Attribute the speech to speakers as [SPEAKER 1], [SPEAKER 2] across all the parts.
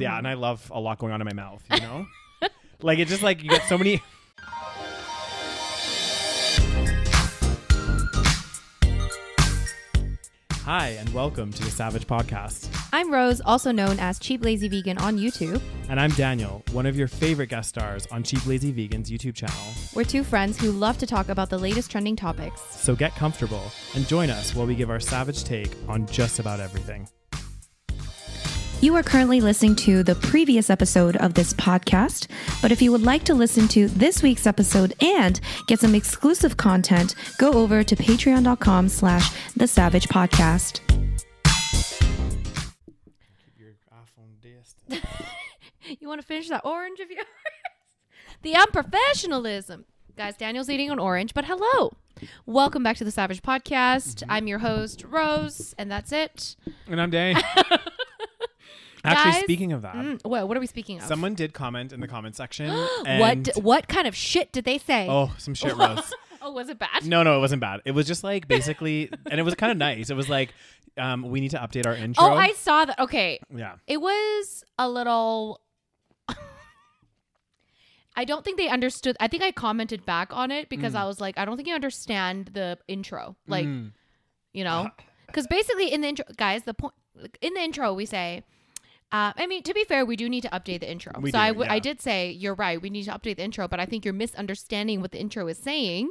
[SPEAKER 1] Yeah, and I love a lot going on in my mouth, you know? like it's just like you get so many Hi and welcome to the Savage Podcast.
[SPEAKER 2] I'm Rose, also known as Cheap Lazy Vegan on YouTube.
[SPEAKER 1] And I'm Daniel, one of your favorite guest stars on Cheap Lazy Vegan's YouTube channel.
[SPEAKER 2] We're two friends who love to talk about the latest trending topics.
[SPEAKER 1] So get comfortable and join us while we give our savage take on just about everything.
[SPEAKER 3] You are currently listening to the previous episode of this podcast, but if you would like to listen to this week's episode and get some exclusive content, go over to patreon.com slash the savage podcast.
[SPEAKER 1] Keep your iPhone distant.
[SPEAKER 2] You want to finish that orange of yours? the unprofessionalism. Guys, Daniel's eating an orange, but hello. Welcome back to the Savage Podcast. I'm your host, Rose, and that's it.
[SPEAKER 1] And I'm Dang. Actually,
[SPEAKER 2] Guys,
[SPEAKER 1] speaking of that,
[SPEAKER 2] Mm, whoa, what are we speaking of?
[SPEAKER 1] Someone did comment in the comment section.
[SPEAKER 2] what
[SPEAKER 1] and,
[SPEAKER 2] d- what kind of shit did they say?
[SPEAKER 1] Oh, some shit roast.
[SPEAKER 2] Oh, was it bad?
[SPEAKER 1] No, no, it wasn't bad. It was just like basically, and it was kind of nice. It was like, um, we need to update our intro.
[SPEAKER 2] Oh, I saw that. Okay,
[SPEAKER 1] yeah.
[SPEAKER 2] It was a little. I don't think they understood. I think I commented back on it because I was like, I don't think you understand the intro. Like,
[SPEAKER 1] Mm.
[SPEAKER 2] you know? Because basically, in the intro, guys, the point in the intro, we say, uh, I mean, to be fair, we do need to update the intro.
[SPEAKER 1] We
[SPEAKER 2] so I
[SPEAKER 1] do, yeah.
[SPEAKER 2] I did say, you're right, we need to update the intro, but I think you're misunderstanding what the intro is saying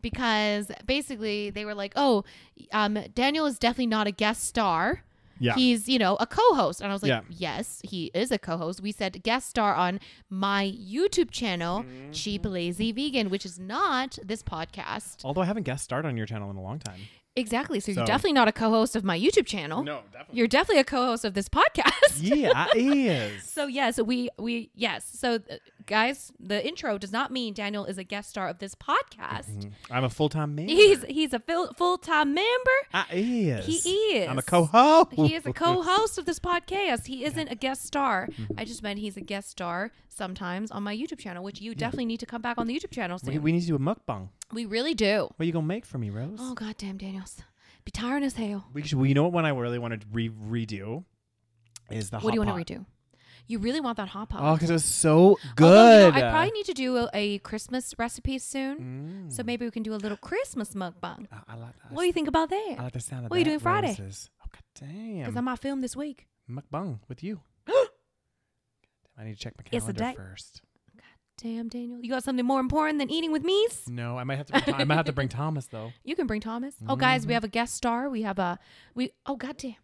[SPEAKER 2] because basically they were like, oh, um, Daniel is definitely not a guest star
[SPEAKER 1] Yeah.
[SPEAKER 2] he's you know a co-host and i was like
[SPEAKER 1] Yeah.
[SPEAKER 2] yes he is a co-host we said guest star on my youtube channel
[SPEAKER 1] Mm-hmm.
[SPEAKER 2] cheap lazy vegan which is not this podcast
[SPEAKER 1] Although I haven't guest starred on your channel in a long time.
[SPEAKER 2] exactly so,
[SPEAKER 1] So-
[SPEAKER 2] you're definitely not a co-host of my youtube channel
[SPEAKER 1] definitely.
[SPEAKER 2] you're definitely a co-host of this podcast
[SPEAKER 1] Yeah, it is.
[SPEAKER 2] so yes we we yes so uh, guys the intro does not mean daniel is a guest star of this
[SPEAKER 1] Mm-hmm.
[SPEAKER 2] podcast
[SPEAKER 1] Mhm. I'm a full time man.
[SPEAKER 2] he's he's a full, full-time member
[SPEAKER 1] I is.
[SPEAKER 2] He is.
[SPEAKER 1] I'm a co-host.
[SPEAKER 2] He is a co-host of this podcast. He isn't a guest star. I just meant he's a guest star sometimes on my YouTube channel, which you definitely need to come back on the YouTube channel
[SPEAKER 1] We,
[SPEAKER 2] soon. We,
[SPEAKER 1] we need to do a mukbang.
[SPEAKER 2] really do.
[SPEAKER 1] What are you gonna make for me, Rose?
[SPEAKER 2] Oh goddamn, Daniels, be tiring as hell.
[SPEAKER 1] We should, well, you know what one I really want to re- redo is the.
[SPEAKER 2] what do you
[SPEAKER 1] want
[SPEAKER 2] want to redo? You really want that hot pot?
[SPEAKER 1] Oh, because it was so Oh, good. Mm.
[SPEAKER 2] Although, you know, I probably need to do a, a Christmas recipe soon, so maybe we can do a little Christmas mukbang.
[SPEAKER 1] I, I like that.
[SPEAKER 2] What do you think about that?
[SPEAKER 1] I like the sound of
[SPEAKER 2] What are you
[SPEAKER 1] that,
[SPEAKER 2] doing Friday?
[SPEAKER 1] Roses. Oh, God
[SPEAKER 2] Because
[SPEAKER 1] damn.
[SPEAKER 2] I might film this week.
[SPEAKER 1] mukbang with you. I need to check my
[SPEAKER 3] It's a
[SPEAKER 1] calendar
[SPEAKER 3] date.
[SPEAKER 1] first.
[SPEAKER 2] Damn, Daniel, you got something more important than eating with me?
[SPEAKER 1] No, I might have to. Bring, Tho- I might have to bring Thomas though.
[SPEAKER 2] You can bring Thomas. Oh, guys,
[SPEAKER 1] Mm-hmm.
[SPEAKER 2] we have a guest star. We have a we. Oh, goddamn.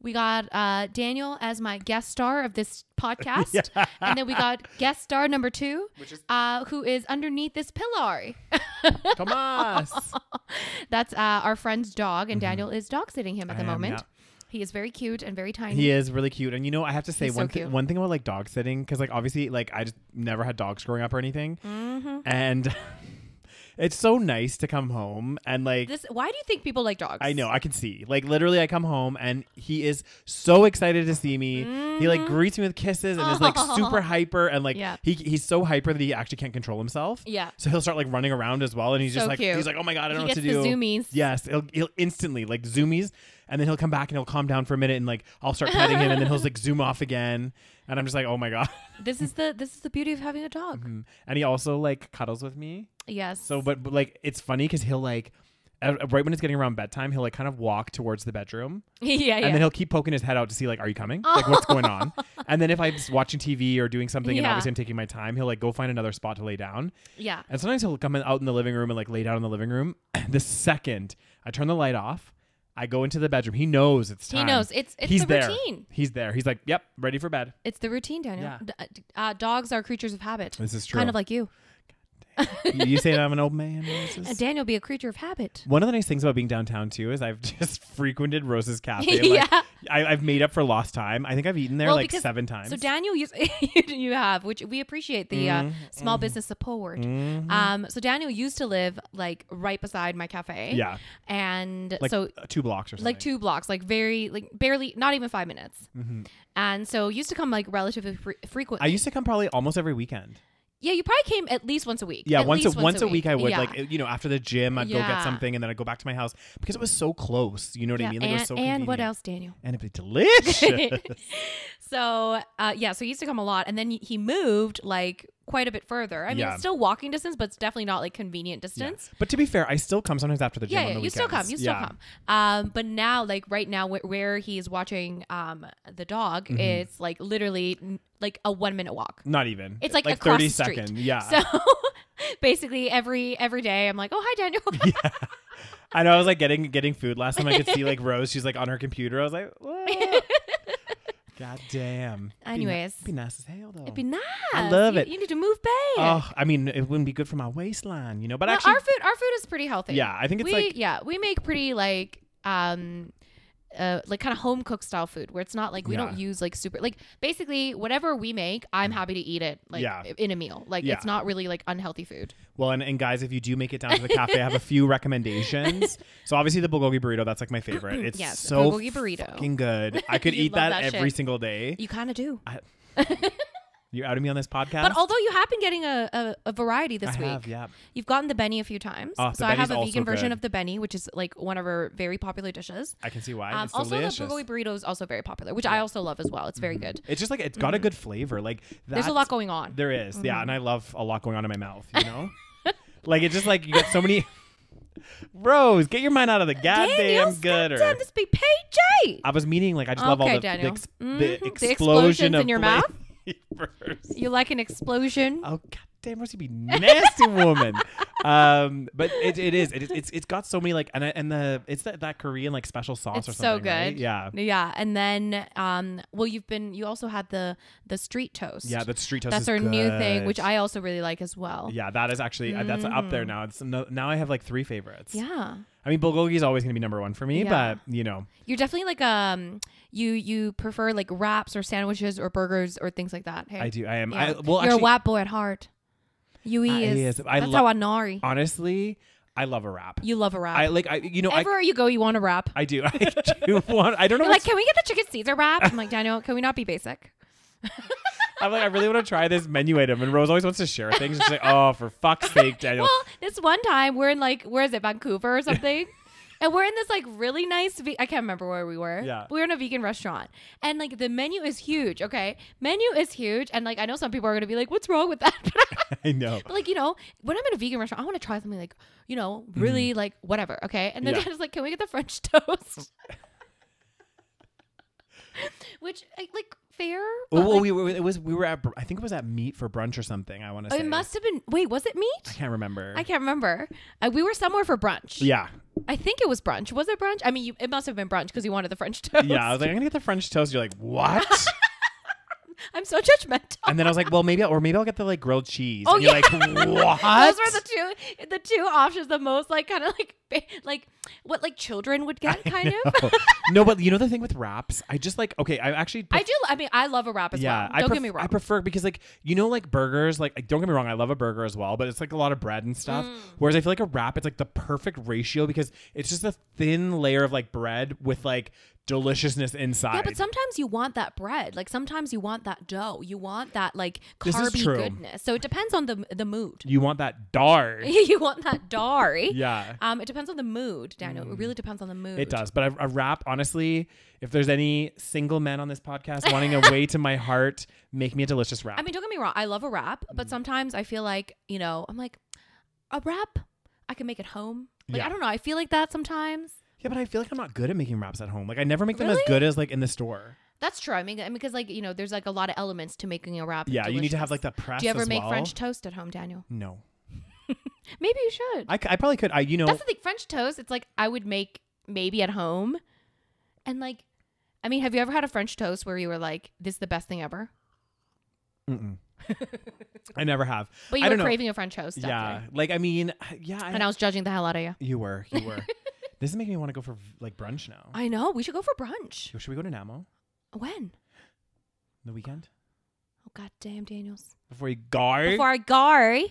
[SPEAKER 2] We got uh, Daniel as my guest star of this podcast, and then we got guest star number two,
[SPEAKER 1] Which is-
[SPEAKER 2] uh, who is underneath this pillar.
[SPEAKER 1] Thomas.
[SPEAKER 2] That's uh, our friend's dog, and Daniel is dog sitting him at
[SPEAKER 1] Mm-hmm. I
[SPEAKER 2] the
[SPEAKER 1] am,
[SPEAKER 2] moment.
[SPEAKER 1] yeah.
[SPEAKER 2] He is very cute and very tiny.
[SPEAKER 1] he is really cute, and you know I have to say
[SPEAKER 2] He's so
[SPEAKER 1] one thing.
[SPEAKER 2] cute.
[SPEAKER 1] One thing about like dog sitting, because like obviously like I just never had dogs growing up or anything,
[SPEAKER 2] Mm-hmm.
[SPEAKER 1] and it's so nice to come home and like
[SPEAKER 2] This. Why do you think people like dogs?
[SPEAKER 1] I know, I can see. Like literally I come home and he is so excited to see me. He like greets me with kisses and is like super hyper and like
[SPEAKER 2] Mm-hmm. Yeah.
[SPEAKER 1] he he's so hyper that he actually can't control himself.
[SPEAKER 2] Yeah.
[SPEAKER 1] So he'll start like running around as well and he's just
[SPEAKER 2] So
[SPEAKER 1] like
[SPEAKER 2] cute.
[SPEAKER 1] he's like, Oh my god, I don't
[SPEAKER 2] He
[SPEAKER 1] know
[SPEAKER 2] gets
[SPEAKER 1] what to
[SPEAKER 2] the
[SPEAKER 1] do.
[SPEAKER 2] zoomies.
[SPEAKER 1] Yes. He'll he'll instantly like zoomies and then he'll come back and he'll calm down for a minute and like I'll start petting him and then he'll like zoom off again. And I'm just like, Oh my god.
[SPEAKER 2] This is the this is the beauty of having a dog.
[SPEAKER 1] And he also like cuddles with me.
[SPEAKER 2] Yes.
[SPEAKER 1] Mm-hmm. So, but, but like, it's funny because he'll like, uh, right when it's getting around bedtime, he'll like kind of walk towards the bedroom,
[SPEAKER 2] yeah, yeah.
[SPEAKER 1] and then he'll keep poking his head out to see like, are you coming? Like, what's going on? And then if I'm just watching TV or doing something, and
[SPEAKER 2] Yeah.
[SPEAKER 1] obviously I'm taking my time, he'll like go find another spot to lay down.
[SPEAKER 2] yeah.
[SPEAKER 1] And sometimes he'll come in, out in the living room and like lay down in the living room. the second I turn the light off, I go into the bedroom. He knows it's
[SPEAKER 2] He
[SPEAKER 1] time.
[SPEAKER 2] knows. It's- it's
[SPEAKER 1] He's
[SPEAKER 2] the
[SPEAKER 1] there.
[SPEAKER 2] routine.
[SPEAKER 1] He's there. He's like, yep, ready for bed.
[SPEAKER 2] It's the routine, Daniel.
[SPEAKER 1] Yeah.
[SPEAKER 2] D- uh, d- uh, dogs are creatures of habit.
[SPEAKER 1] This is
[SPEAKER 2] Kind
[SPEAKER 1] true.
[SPEAKER 2] of like you.
[SPEAKER 1] you, you say I'm an old man. Moses?
[SPEAKER 2] And Daniel be a creature of habit.
[SPEAKER 1] One of the nice things about being downtown too is I've just frequented Rose's Cafe. Like,
[SPEAKER 2] Yeah.
[SPEAKER 1] I, I've made up for lost time. I think I've eaten there like
[SPEAKER 2] because-
[SPEAKER 1] seven times.
[SPEAKER 2] So Daniel, you, you have, which we appreciate the uh,
[SPEAKER 1] Mm-hmm,
[SPEAKER 2] small business support. Um, so Daniel used to live like right beside my cafe.
[SPEAKER 1] Yeah.
[SPEAKER 2] and
[SPEAKER 1] like
[SPEAKER 2] so
[SPEAKER 1] uh, two blocks or something.
[SPEAKER 2] like two blocks, like very like barely, not even five
[SPEAKER 1] Mm-hmm.
[SPEAKER 2] minutes. And so used to come like relatively fre- frequently.
[SPEAKER 1] I used to come probably almost every weekend.
[SPEAKER 2] Yeah, you probably came at least once a week.
[SPEAKER 1] Yeah,
[SPEAKER 2] At
[SPEAKER 1] once a,
[SPEAKER 2] least
[SPEAKER 1] once, a week, I would
[SPEAKER 2] Yeah.
[SPEAKER 1] like you know after the gym I'd go get
[SPEAKER 2] Yeah.
[SPEAKER 1] something and then I'd go back to my house because it was so close. You know what
[SPEAKER 2] Yeah,
[SPEAKER 1] I mean? Like,
[SPEAKER 2] and,
[SPEAKER 1] it was so
[SPEAKER 2] and what
[SPEAKER 1] convenient.
[SPEAKER 2] else, Daniel?
[SPEAKER 1] And it'd be delicious.
[SPEAKER 2] so uh, yeah, so he used to come a lot, and then he moved like quite a bit further. I mean,
[SPEAKER 1] Yeah.
[SPEAKER 2] it's still walking distance, but it's definitely not like convenient distance.
[SPEAKER 1] But to be fair, I still come sometimes after the gym.
[SPEAKER 2] Yeah,
[SPEAKER 1] on
[SPEAKER 2] yeah,
[SPEAKER 1] the
[SPEAKER 2] you still come,
[SPEAKER 1] weekends.
[SPEAKER 2] you still
[SPEAKER 1] Yeah.
[SPEAKER 2] come. Um, but now, like right now, wh- where he's watching um the dog,
[SPEAKER 1] Mm-hmm.
[SPEAKER 2] it's like literally n- like a one minute walk.
[SPEAKER 1] Not even.
[SPEAKER 2] It's like,
[SPEAKER 1] like
[SPEAKER 2] across
[SPEAKER 1] thirty
[SPEAKER 2] the street.
[SPEAKER 1] second. Yeah.
[SPEAKER 2] So basically, every every day, I'm like, oh hi Daniel.
[SPEAKER 1] I know. I was like getting getting food last time. I could see like Rose. She's like on her computer. I was like, "Whoa." God damn. Be ni-
[SPEAKER 2] Anyways.
[SPEAKER 1] be nice as hell though.
[SPEAKER 2] It'd be nice.
[SPEAKER 1] love
[SPEAKER 2] You-
[SPEAKER 1] it.
[SPEAKER 2] You need to move back.
[SPEAKER 1] Oh, I mean, it wouldn't be good for my waistline, you know. But
[SPEAKER 2] Well,
[SPEAKER 1] actually,
[SPEAKER 2] our food, our food is pretty healthy.
[SPEAKER 1] yeah, I think it's
[SPEAKER 2] we
[SPEAKER 1] like
[SPEAKER 2] yeah we make pretty like um uh, like kind of home cooked style food where it's not like we don't
[SPEAKER 1] Yeah. Mm.
[SPEAKER 2] use like super like basically whatever we make I'm happy to eat it like
[SPEAKER 1] Yeah.
[SPEAKER 2] in a meal like
[SPEAKER 1] Yeah.
[SPEAKER 2] it's not really like unhealthy food
[SPEAKER 1] Well, and, and guys, if you do make it down to the cafe, I have a few recommendations. So obviously the bulgogi burrito, that's like my favorite. It's
[SPEAKER 2] Yes,
[SPEAKER 1] so
[SPEAKER 2] bulgogi burrito.
[SPEAKER 1] fucking good. I could
[SPEAKER 2] You
[SPEAKER 1] eat that,
[SPEAKER 2] love that
[SPEAKER 1] every
[SPEAKER 2] shit.
[SPEAKER 1] single day.
[SPEAKER 2] you kind of do
[SPEAKER 1] You're out of me on this podcast.
[SPEAKER 2] but although you have been getting a, a, a variety this
[SPEAKER 1] I
[SPEAKER 2] week
[SPEAKER 1] have, yeah.
[SPEAKER 2] you've gotten the Benny a few times
[SPEAKER 1] Oh, the
[SPEAKER 2] so I have
[SPEAKER 1] Benny's
[SPEAKER 2] a
[SPEAKER 1] also
[SPEAKER 2] vegan version
[SPEAKER 1] good.
[SPEAKER 2] of the Benny which is like one of our very popular dishes
[SPEAKER 1] I can see why.
[SPEAKER 2] um,
[SPEAKER 1] it's
[SPEAKER 2] also
[SPEAKER 1] delicious. Mm-hmm.
[SPEAKER 2] the bulgogi burrito is also very popular which I also love as well it's very good
[SPEAKER 1] it's just like it's got a good flavor. Like
[SPEAKER 2] Mm. there's a
[SPEAKER 1] that-
[SPEAKER 2] lot mm-hmm. going on
[SPEAKER 1] There is, yeah, and I love a lot going on in my mouth. You know, like it's just like you get so many. Rose, get your mind out of the goddamn
[SPEAKER 2] Daniels,
[SPEAKER 1] gutter.
[SPEAKER 2] goddamn, this big PJ
[SPEAKER 1] I was meaning like I just love all
[SPEAKER 2] Okay,
[SPEAKER 1] the, the,
[SPEAKER 2] Daniel.
[SPEAKER 1] ex-
[SPEAKER 2] Mhm.
[SPEAKER 1] the
[SPEAKER 2] The
[SPEAKER 1] explosion
[SPEAKER 2] explosions
[SPEAKER 1] of
[SPEAKER 2] in your mouth?
[SPEAKER 1] flavors.
[SPEAKER 2] You like an explosion?
[SPEAKER 1] Oh god damn, Rosie be nasty woman. um, but it, it is it, is- it's it's got so many like and I- and the it's that, that Korean like special sauce
[SPEAKER 2] it's
[SPEAKER 1] or
[SPEAKER 2] so
[SPEAKER 1] something.
[SPEAKER 2] good.
[SPEAKER 1] right? Yeah,
[SPEAKER 2] Yeah. And then um well you've been you also had the the street toast.
[SPEAKER 1] yeah. That street toast.
[SPEAKER 2] That's
[SPEAKER 1] is
[SPEAKER 2] our new thing,
[SPEAKER 1] good.
[SPEAKER 2] which I also really like as well.
[SPEAKER 1] Yeah, that is actually uh, that's up there now. It's no, now I have like three favorites.
[SPEAKER 2] Yeah.
[SPEAKER 1] I mean bulgogi is always gonna be number one for me,
[SPEAKER 2] Yeah.
[SPEAKER 1] but you know,
[SPEAKER 2] You're definitely like um you you prefer like wraps or sandwiches or burgers or things like that. Hey.
[SPEAKER 1] I do. I am.
[SPEAKER 2] Yeah.
[SPEAKER 1] I, well,
[SPEAKER 2] You're
[SPEAKER 1] actually,
[SPEAKER 2] a white boy at heart. You
[SPEAKER 1] I-
[SPEAKER 2] is.
[SPEAKER 1] yes, I
[SPEAKER 2] that's
[SPEAKER 1] lo-
[SPEAKER 2] how I know.
[SPEAKER 1] honestly, I love a wrap.
[SPEAKER 2] You love a wrap.
[SPEAKER 1] I like. I you know. I
[SPEAKER 2] Everywhere you go, you want a wrap.
[SPEAKER 1] I do. I do want. I don't know.
[SPEAKER 2] You're like,
[SPEAKER 1] what's
[SPEAKER 2] can we get the chicken Caesar wrap? I'm like, Daniel, can we not be basic?
[SPEAKER 1] I'm like, I really want to try this menu item. And Rose always wants to share things. She's like, oh, for fuck's sake, Daniel.
[SPEAKER 2] Well, this one time we're in like where is it Vancouver or something, and we're in this like really nice. Ve- I can't remember where we were.
[SPEAKER 1] Yeah.
[SPEAKER 2] we were in a vegan restaurant, and like the menu is huge. Okay, menu is huge, and like I know some people are gonna be like, "What's wrong with that?"
[SPEAKER 1] I know.
[SPEAKER 2] but like you know, when I'm in a vegan restaurant, I want to try something like you know really like whatever. Okay, and then
[SPEAKER 1] Mm-hmm. Yeah.
[SPEAKER 2] I was like, "Can we get the French toast?" Which I- like fair.
[SPEAKER 1] Oh,
[SPEAKER 2] but,
[SPEAKER 1] well,
[SPEAKER 2] like,
[SPEAKER 1] we were, it was we were at br- I think it was at meat for brunch or something. I want to say.
[SPEAKER 2] Oh, it must have been. Wait, was it
[SPEAKER 1] I
[SPEAKER 2] meat?
[SPEAKER 1] can't remember.
[SPEAKER 2] I can't remember. Uh, we were somewhere for brunch.
[SPEAKER 1] Yeah,
[SPEAKER 2] I think it was brunch. Was it brunch? I mean, you, it must have been brunch because you wanted the French toast.
[SPEAKER 1] yeah. I was like, I'm gonna get the French toast. You're like, what?
[SPEAKER 2] I'm so judgmental.
[SPEAKER 1] and then I was like, well, maybe, I'll, or maybe I'll get the like grilled cheese.
[SPEAKER 2] Oh,
[SPEAKER 1] and you're
[SPEAKER 2] yeah.
[SPEAKER 1] like, what?
[SPEAKER 2] Those were the two, the two options. The most like kind of like ba- like what like children would get kind of.
[SPEAKER 1] Oh. no, but you know the thing with wraps, I just like okay. I actually,
[SPEAKER 2] I do. I mean, I love a wrap as
[SPEAKER 1] yeah,
[SPEAKER 2] well.
[SPEAKER 1] I
[SPEAKER 2] Don't
[SPEAKER 1] pref-
[SPEAKER 2] get me wrong.
[SPEAKER 1] I prefer because like you know like burgers, like like, don't get me wrong, I love a burger as well, but it's like a lot of bread and stuff.
[SPEAKER 2] Mm.
[SPEAKER 1] Whereas I feel like a wrap, it's like the perfect ratio because it's just a thin layer of like bread with like deliciousness inside.
[SPEAKER 2] yeah, but sometimes you want that bread. Like sometimes you want that dough. You want that like
[SPEAKER 1] This is
[SPEAKER 2] carby
[SPEAKER 1] true.
[SPEAKER 2] goodness. So it depends on the the mood.
[SPEAKER 1] you want that dar.
[SPEAKER 2] you want that dari.
[SPEAKER 1] yeah. Mm.
[SPEAKER 2] Um, it depends on the mood, Daniel. It really depends on the mood.
[SPEAKER 1] It does, but a, a wrap, honestly, if there's any single men on this podcast wanting a way to my heart, make me a delicious wrap.
[SPEAKER 2] I mean, don't get me wrong. I love a wrap,
[SPEAKER 1] Mm-hmm.
[SPEAKER 2] but sometimes I feel like, you know, I'm like, a wrap, I can make at home. Like,
[SPEAKER 1] Yeah.
[SPEAKER 2] I don't know. I feel like that sometimes.
[SPEAKER 1] yeah, but I feel like I'm not good at making wraps at home. Like I never make them
[SPEAKER 2] Really?
[SPEAKER 1] as good as like in the store.
[SPEAKER 2] That's true. I mean, I mean, because, like, you know, there's like a lot of elements to making a wrap.
[SPEAKER 1] Yeah, you need to have
[SPEAKER 2] delicious.
[SPEAKER 1] like the press.
[SPEAKER 2] Do you ever
[SPEAKER 1] as
[SPEAKER 2] make
[SPEAKER 1] well.
[SPEAKER 2] French toast at home, Daniel?
[SPEAKER 1] No,
[SPEAKER 2] Maybe you should.
[SPEAKER 1] I, c- I probably could. I you know
[SPEAKER 2] That's the thing. French toast, it's like I would make maybe at home. And, like, I mean, have you ever had a French toast where you were like, this is the best thing ever?
[SPEAKER 1] Mm-mm. I never have.
[SPEAKER 2] But
[SPEAKER 1] I
[SPEAKER 2] you were
[SPEAKER 1] don't know.
[SPEAKER 2] craving a French toast.
[SPEAKER 1] Yeah,
[SPEAKER 2] Definitely.
[SPEAKER 1] like I mean, yeah. I,
[SPEAKER 2] And I was judging the hell out of you.
[SPEAKER 1] you were, you were. this is making me want to go for like brunch now.
[SPEAKER 2] I know. We should go for brunch.
[SPEAKER 1] Should we go to Namo
[SPEAKER 2] When?
[SPEAKER 1] the weekend?
[SPEAKER 2] Oh, goddamn Daniels.
[SPEAKER 1] before you go.
[SPEAKER 2] Before I go,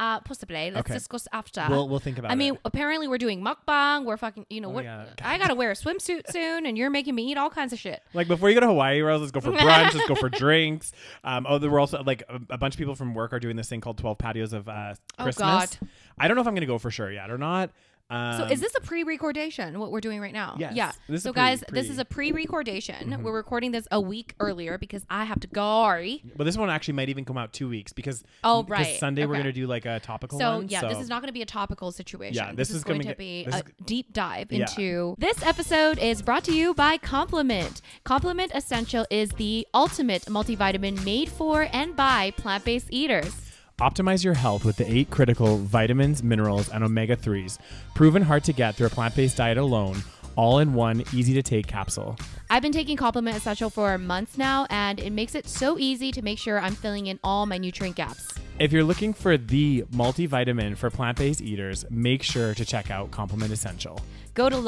[SPEAKER 2] uh, possibly let's
[SPEAKER 1] Okay.
[SPEAKER 2] discuss after.
[SPEAKER 1] we'll we'll think about.
[SPEAKER 2] I mean,
[SPEAKER 1] it.
[SPEAKER 2] apparently we're doing mukbang. We're fucking, you know,
[SPEAKER 1] Oh,
[SPEAKER 2] what?
[SPEAKER 1] yeah.
[SPEAKER 2] I gotta wear a swimsuit soon, and you're making me eat all kinds of shit.
[SPEAKER 1] like before you go to Hawaii, Rose, let's go for brunch. let's go for drinks. Um, oh, there were also like a, a bunch of people from work are doing this thing called Twelve Patios of uh,
[SPEAKER 2] Oh,
[SPEAKER 1] Christmas.
[SPEAKER 2] God.
[SPEAKER 1] I don't know if I'm gonna go for sure yet or not. Um,
[SPEAKER 2] So is this a pre-recordation? What we're doing right now?
[SPEAKER 1] Yes.
[SPEAKER 2] Yeah.
[SPEAKER 1] This is
[SPEAKER 2] so
[SPEAKER 1] a pre-
[SPEAKER 2] guys,
[SPEAKER 1] pre. Mm-hmm.
[SPEAKER 2] this is a pre-recordation. We're recording this a week earlier because I have to go.
[SPEAKER 1] But this one actually might even come out two weeks because
[SPEAKER 2] Oh,
[SPEAKER 1] because
[SPEAKER 2] right.
[SPEAKER 1] Sunday we're
[SPEAKER 2] Okay.
[SPEAKER 1] gonna do like a topical.
[SPEAKER 2] So
[SPEAKER 1] one,
[SPEAKER 2] yeah, this
[SPEAKER 1] so-
[SPEAKER 2] is not going to be a topical situation.
[SPEAKER 1] Yeah,
[SPEAKER 2] this,
[SPEAKER 1] this
[SPEAKER 2] is,
[SPEAKER 1] is
[SPEAKER 2] going
[SPEAKER 1] gonna
[SPEAKER 2] to
[SPEAKER 1] get-
[SPEAKER 2] be
[SPEAKER 1] this
[SPEAKER 2] a
[SPEAKER 1] is-
[SPEAKER 2] deep dive
[SPEAKER 1] Yeah.
[SPEAKER 2] into. This episode is brought to you by Compliment. Compliment Essential is the ultimate multivitamin made for and by plant-based eaters.
[SPEAKER 1] Optimize your health with the eight critical vitamins, minerals, and omega 3s, proven hard to get through a plant based diet alone, all in one easy to take capsule.
[SPEAKER 2] I've been taking Compliment Essential for months now, and it makes it so easy to make sure I'm filling in all my nutrient gaps.
[SPEAKER 1] If you're looking for the multivitamin for plant based eaters, make sure to check out Compliment Essential.
[SPEAKER 2] Go to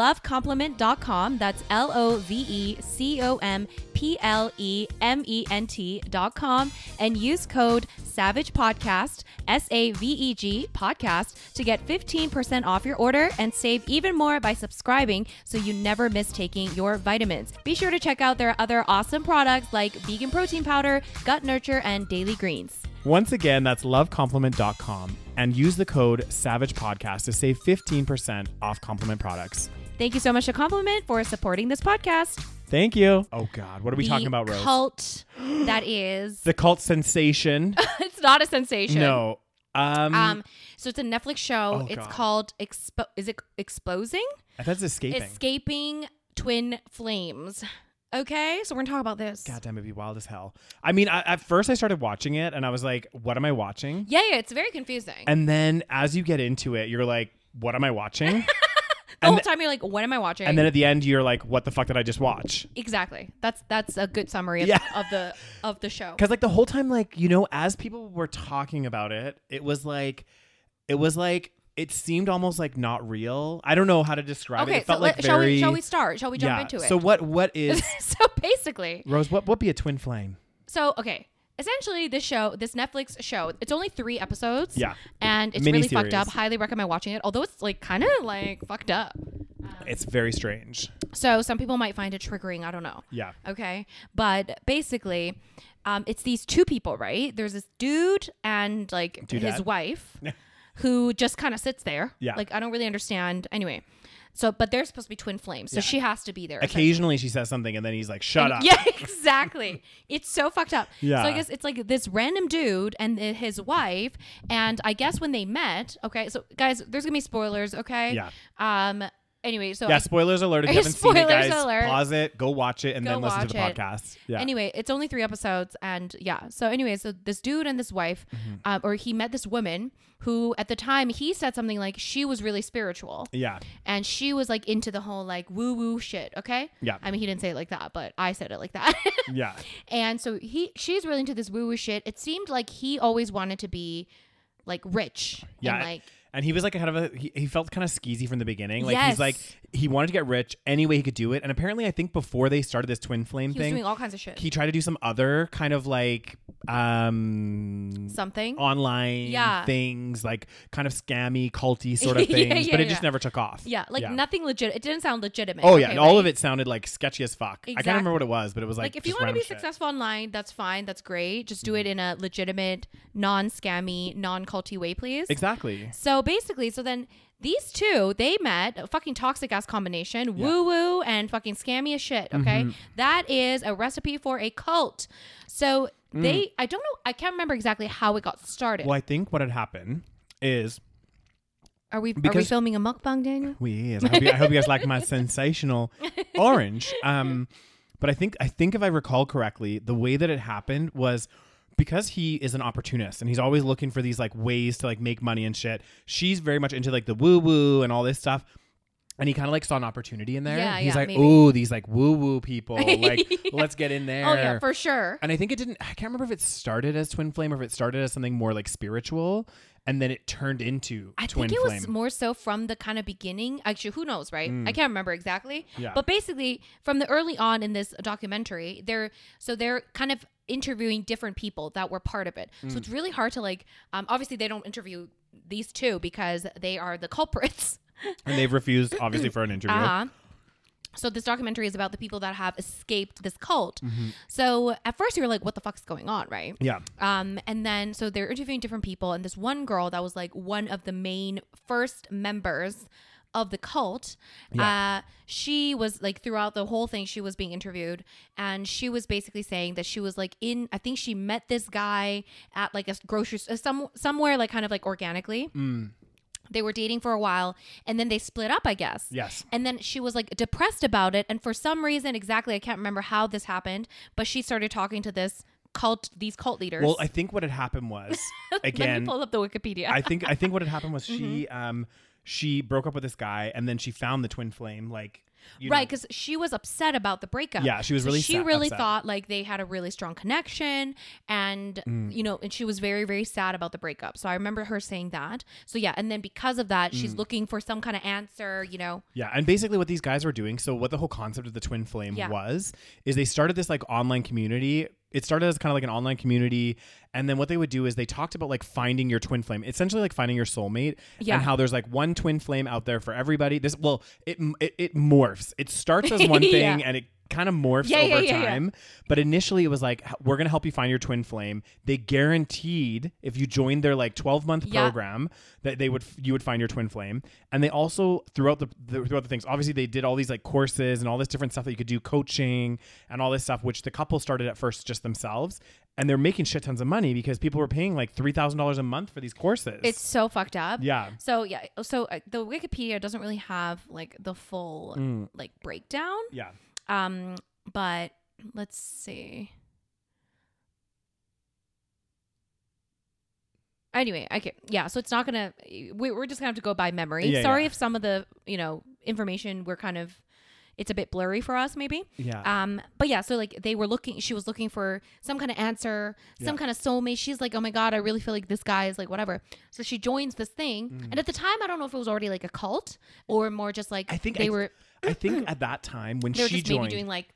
[SPEAKER 2] lovecompliment.com. That's L O V E C O M P L E M E N T.com and use code Savage Podcast, S A V E G podcast, to get 15% off your order and save even more by subscribing so you never miss taking your vitamins. Be sure to check out their other awesome products like vegan protein powder, gut nurture, and daily greens.
[SPEAKER 1] Once again, that's lovecompliment.com and use the code SAVAGEPODCAST to save 15% off compliment products.
[SPEAKER 2] Thank you so much to Compliment for supporting this podcast.
[SPEAKER 1] Thank you. Oh, God. What are we
[SPEAKER 2] the
[SPEAKER 1] talking about, Rose?
[SPEAKER 2] Cult that is.
[SPEAKER 1] the cult sensation.
[SPEAKER 2] it's not a sensation.
[SPEAKER 1] no. Um,
[SPEAKER 2] Um, so it's a Netflix show.
[SPEAKER 1] Oh,
[SPEAKER 2] it's
[SPEAKER 1] God.
[SPEAKER 2] called Expo. Is it exposing?
[SPEAKER 1] I thought it's escaping.
[SPEAKER 2] Escaping twin flames. Okay, so we're gonna talk about this.
[SPEAKER 1] God damn, it'd be wild as hell. I mean, I, at first I started watching it and I was like, what am I watching?
[SPEAKER 2] Yeah, yeah, it's very confusing.
[SPEAKER 1] And then as you get into it, you're like, what am I watching?
[SPEAKER 2] the whole time you're like, what am I watching?
[SPEAKER 1] and then at the end, you're like, what the fuck did I just watch?
[SPEAKER 2] exactly. That's that's a good summary of,
[SPEAKER 1] Yeah.
[SPEAKER 2] of the of the show.
[SPEAKER 1] Because like the whole time, like you know, as people were talking about it, it was like, it was like, it seemed almost like not real. I don't know how to describe it.
[SPEAKER 2] Okay,
[SPEAKER 1] It felt
[SPEAKER 2] so
[SPEAKER 1] like
[SPEAKER 2] let- shall
[SPEAKER 1] very.
[SPEAKER 2] we shall we start? Shall we jump
[SPEAKER 1] yeah.
[SPEAKER 2] into it?
[SPEAKER 1] So what? What is
[SPEAKER 2] so basically,
[SPEAKER 1] Rose? What? What be a twin flame?
[SPEAKER 2] so okay. Essentially, this show, this Netflix show, it's only three episodes.
[SPEAKER 1] Yeah.
[SPEAKER 2] And it's really fucked
[SPEAKER 1] Miniseries.
[SPEAKER 2] up. Highly recommend watching it, although it's like kind of like fucked up.
[SPEAKER 1] It's very strange.
[SPEAKER 2] So some people might find it triggering. I don't know.
[SPEAKER 1] Yeah.
[SPEAKER 2] Okay. But basically, um, it's these two people, right? There's this dude and like his
[SPEAKER 1] Dudette.
[SPEAKER 2] wife who just kind of sits there.
[SPEAKER 1] Yeah.
[SPEAKER 2] Like, I don't really understand. Anyway. So, but they're supposed to be twin flames. So she has to be there.
[SPEAKER 1] Occasionally, she says something, and then he's like, "Shut up."
[SPEAKER 2] Yeah, exactly. it's so fucked up.
[SPEAKER 1] Yeah.
[SPEAKER 2] So I guess it's like this random dude and th- his wife, and I guess when they met. Okay, so guys, there's gonna be spoilers. Okay.
[SPEAKER 1] Yeah.
[SPEAKER 2] Um. Anyway, so
[SPEAKER 1] Yeah,
[SPEAKER 2] I-
[SPEAKER 1] spoilers alert. If you haven't seen it,
[SPEAKER 2] Spoilers
[SPEAKER 1] guys,
[SPEAKER 2] alert.
[SPEAKER 1] pause it, go watch it, and
[SPEAKER 2] Go
[SPEAKER 1] then listen to the
[SPEAKER 2] watch it.
[SPEAKER 1] podcast. Yeah.
[SPEAKER 2] Anyway, it's only three episodes, and yeah. So anyway, so this dude and this wife,
[SPEAKER 1] Mm-hmm.
[SPEAKER 2] um, or he met this woman who, at the time, he said something like she was really spiritual,
[SPEAKER 1] Yeah.
[SPEAKER 2] and she was like into the whole like woo woo shit. Okay.
[SPEAKER 1] Yeah.
[SPEAKER 2] I mean, he didn't say it like that, but I said it like that.
[SPEAKER 1] Yeah.
[SPEAKER 2] and so he, she's really into this woo woo shit. It seemed like he always wanted to be, like rich.
[SPEAKER 1] Yeah.
[SPEAKER 2] And,
[SPEAKER 1] And,
[SPEAKER 2] like.
[SPEAKER 1] he was like kind of a he, he felt kind of skeezy from the beginning. Like
[SPEAKER 2] Yes.
[SPEAKER 1] he's like he wanted to get rich any way he could do it. And apparently I think before they started this twin flame
[SPEAKER 2] He was
[SPEAKER 1] thing,
[SPEAKER 2] doing all kinds of shit.
[SPEAKER 1] he tried to do some other kind of like um
[SPEAKER 2] Something.
[SPEAKER 1] online
[SPEAKER 2] Yeah.
[SPEAKER 1] things, like kind of scammy, culty sort of
[SPEAKER 2] Yeah,
[SPEAKER 1] things.
[SPEAKER 2] yeah,
[SPEAKER 1] but it just
[SPEAKER 2] yeah.
[SPEAKER 1] never took off.
[SPEAKER 2] yeah, like nothing legit. It didn't sound legitimate.
[SPEAKER 1] Oh yeah,
[SPEAKER 2] okay,
[SPEAKER 1] and all
[SPEAKER 2] right?
[SPEAKER 1] of it sounded like sketchy as fuck. I
[SPEAKER 2] Exactly.
[SPEAKER 1] can't remember what it was, but it was like,
[SPEAKER 2] like, if you
[SPEAKER 1] just
[SPEAKER 2] want to be
[SPEAKER 1] random shit. Mm-hmm.
[SPEAKER 2] successful online that's fine that's great just do it in a legitimate non-scammy non-culty way please
[SPEAKER 1] Exactly.
[SPEAKER 2] so basically so then these two they met a fucking toxic ass combination woo woo and fucking scammy as shit okay
[SPEAKER 1] Mm-hmm.
[SPEAKER 2] That is a recipe for a cult so
[SPEAKER 1] Mm.
[SPEAKER 2] they i don't know i can't remember exactly how it got started
[SPEAKER 1] Well, I think what had happened is
[SPEAKER 2] are we are we
[SPEAKER 1] because-
[SPEAKER 2] filming a mukbang daniel
[SPEAKER 1] we is. I hope you, I hope you guys like my sensational orange. Um, but I think I think if I recall correctly, the way that it happened was because he is an opportunist and he's always looking for these like ways to like make money and shit. She's very much into like the woo woo and all this stuff. and he kind of like saw an opportunity in there.
[SPEAKER 2] Yeah,
[SPEAKER 1] He's
[SPEAKER 2] yeah,
[SPEAKER 1] like,
[SPEAKER 2] maybe.
[SPEAKER 1] "Ooh, these like woo woo people, like let's get in there."
[SPEAKER 2] Oh yeah, for sure.
[SPEAKER 1] and I think it didn't. I can't remember if it started as Twin Flame or if it started as something more like spiritual, and then it turned into
[SPEAKER 2] I
[SPEAKER 1] Twin
[SPEAKER 2] think it
[SPEAKER 1] Flame. Mm.
[SPEAKER 2] was more so from the kind of beginning. Actually, who knows, right? I can't remember exactly.
[SPEAKER 1] Yeah.
[SPEAKER 2] But basically, from the early on in this documentary, they're so they're kind of interviewing different people that were part of it. So
[SPEAKER 1] Mm.
[SPEAKER 2] it's really hard to like. Um, obviously, they don't interview these two because they are the culprits.
[SPEAKER 1] and they've refused, obviously, for an interview.
[SPEAKER 2] Uh-huh. So this documentary is about the people that have escaped this cult.
[SPEAKER 1] Mm-hmm.
[SPEAKER 2] So at first you were like, "What the fuck's going on?" Right?
[SPEAKER 1] Yeah,
[SPEAKER 2] Um, and then so they're interviewing different people, and this one girl that was like one of the main first members of the cult. Uh, she was like throughout the whole thing, she was being interviewed, and she was basically saying that she was like in. I think she met this guy at like a grocery s- uh, some somewhere like kind of like organically. They were dating for a while, and then they split up. I guess.
[SPEAKER 1] Yes.
[SPEAKER 2] And then she was like depressed about it. And for some reason, exactly, I can't remember how this happened, but she started talking to this cult, these cult leaders.
[SPEAKER 1] Well, I think what had happened was
[SPEAKER 2] Let
[SPEAKER 1] again.
[SPEAKER 2] me pull Mm-hmm. up the Wikipedia.
[SPEAKER 1] I think I think what had happened was she um she broke up with this guy and then she found the twin flame like you
[SPEAKER 2] right,
[SPEAKER 1] know,
[SPEAKER 2] because she was upset about the breakup.
[SPEAKER 1] Yeah, she was really
[SPEAKER 2] She
[SPEAKER 1] sad-
[SPEAKER 2] really
[SPEAKER 1] upset.
[SPEAKER 2] thought like they had a really strong connection, and
[SPEAKER 1] Mm.
[SPEAKER 2] you know, and she was very, very sad about the breakup. So I remember her saying that. So yeah, and then because of that,
[SPEAKER 1] Mm.
[SPEAKER 2] she's looking for some kind of answer. You know,
[SPEAKER 1] yeah and basically what these guys were doing so what the whole concept of the twin flame
[SPEAKER 2] Yeah.
[SPEAKER 1] was is they started this like online community it started as kind of like an online community and then what they would do is they talked about like finding your twin flame essentially like finding your soulmate
[SPEAKER 2] Yeah.
[SPEAKER 1] and how there's like one twin flame out there for everybody this well it it, it morphs it starts as one
[SPEAKER 2] Yeah.
[SPEAKER 1] thing and it kind of morphs
[SPEAKER 2] Yeah, yeah,
[SPEAKER 1] over
[SPEAKER 2] yeah, yeah.
[SPEAKER 1] time But initially, it was like, "H- we're going to help you find your twin flame. They guaranteed if you joined their like 12 month
[SPEAKER 2] Yeah.
[SPEAKER 1] program that they would, f- you would find your twin flame. And they also, throughout the, the, throughout the things, obviously they did all these like courses and all this different stuff that you could do, coaching and all this stuff, which the couple started at first just themselves. And they're making shit tons of money because people were paying like $3,000 a month for these courses.
[SPEAKER 2] it's so fucked up.
[SPEAKER 1] yeah.
[SPEAKER 2] So yeah, so uh, the Wikipedia doesn't really have like the full
[SPEAKER 1] Mm.
[SPEAKER 2] like breakdown.
[SPEAKER 1] Yeah.
[SPEAKER 2] Um, but let's see. Anyway, okay, yeah. So it's not gonna. We, we're just gonna have to go by memory.
[SPEAKER 1] Yeah,
[SPEAKER 2] Sorry
[SPEAKER 1] yeah.
[SPEAKER 2] if some of the you know information we're kind of, it's a bit blurry for us maybe.
[SPEAKER 1] Yeah.
[SPEAKER 2] Um, but yeah, so like they were looking, she was looking for some kind of answer, some
[SPEAKER 1] Yeah.
[SPEAKER 2] kind of soulmate. She's like, oh my God, I really feel like this guy is like whatever. So she joins this thing.
[SPEAKER 1] Mm-hmm.
[SPEAKER 2] And at the time, I don't know if it was already like a cult or more just like
[SPEAKER 1] I think
[SPEAKER 2] they
[SPEAKER 1] I-
[SPEAKER 2] were,
[SPEAKER 1] I think at that time when
[SPEAKER 2] they were
[SPEAKER 1] she
[SPEAKER 2] just
[SPEAKER 1] joined,
[SPEAKER 2] maybe doing like,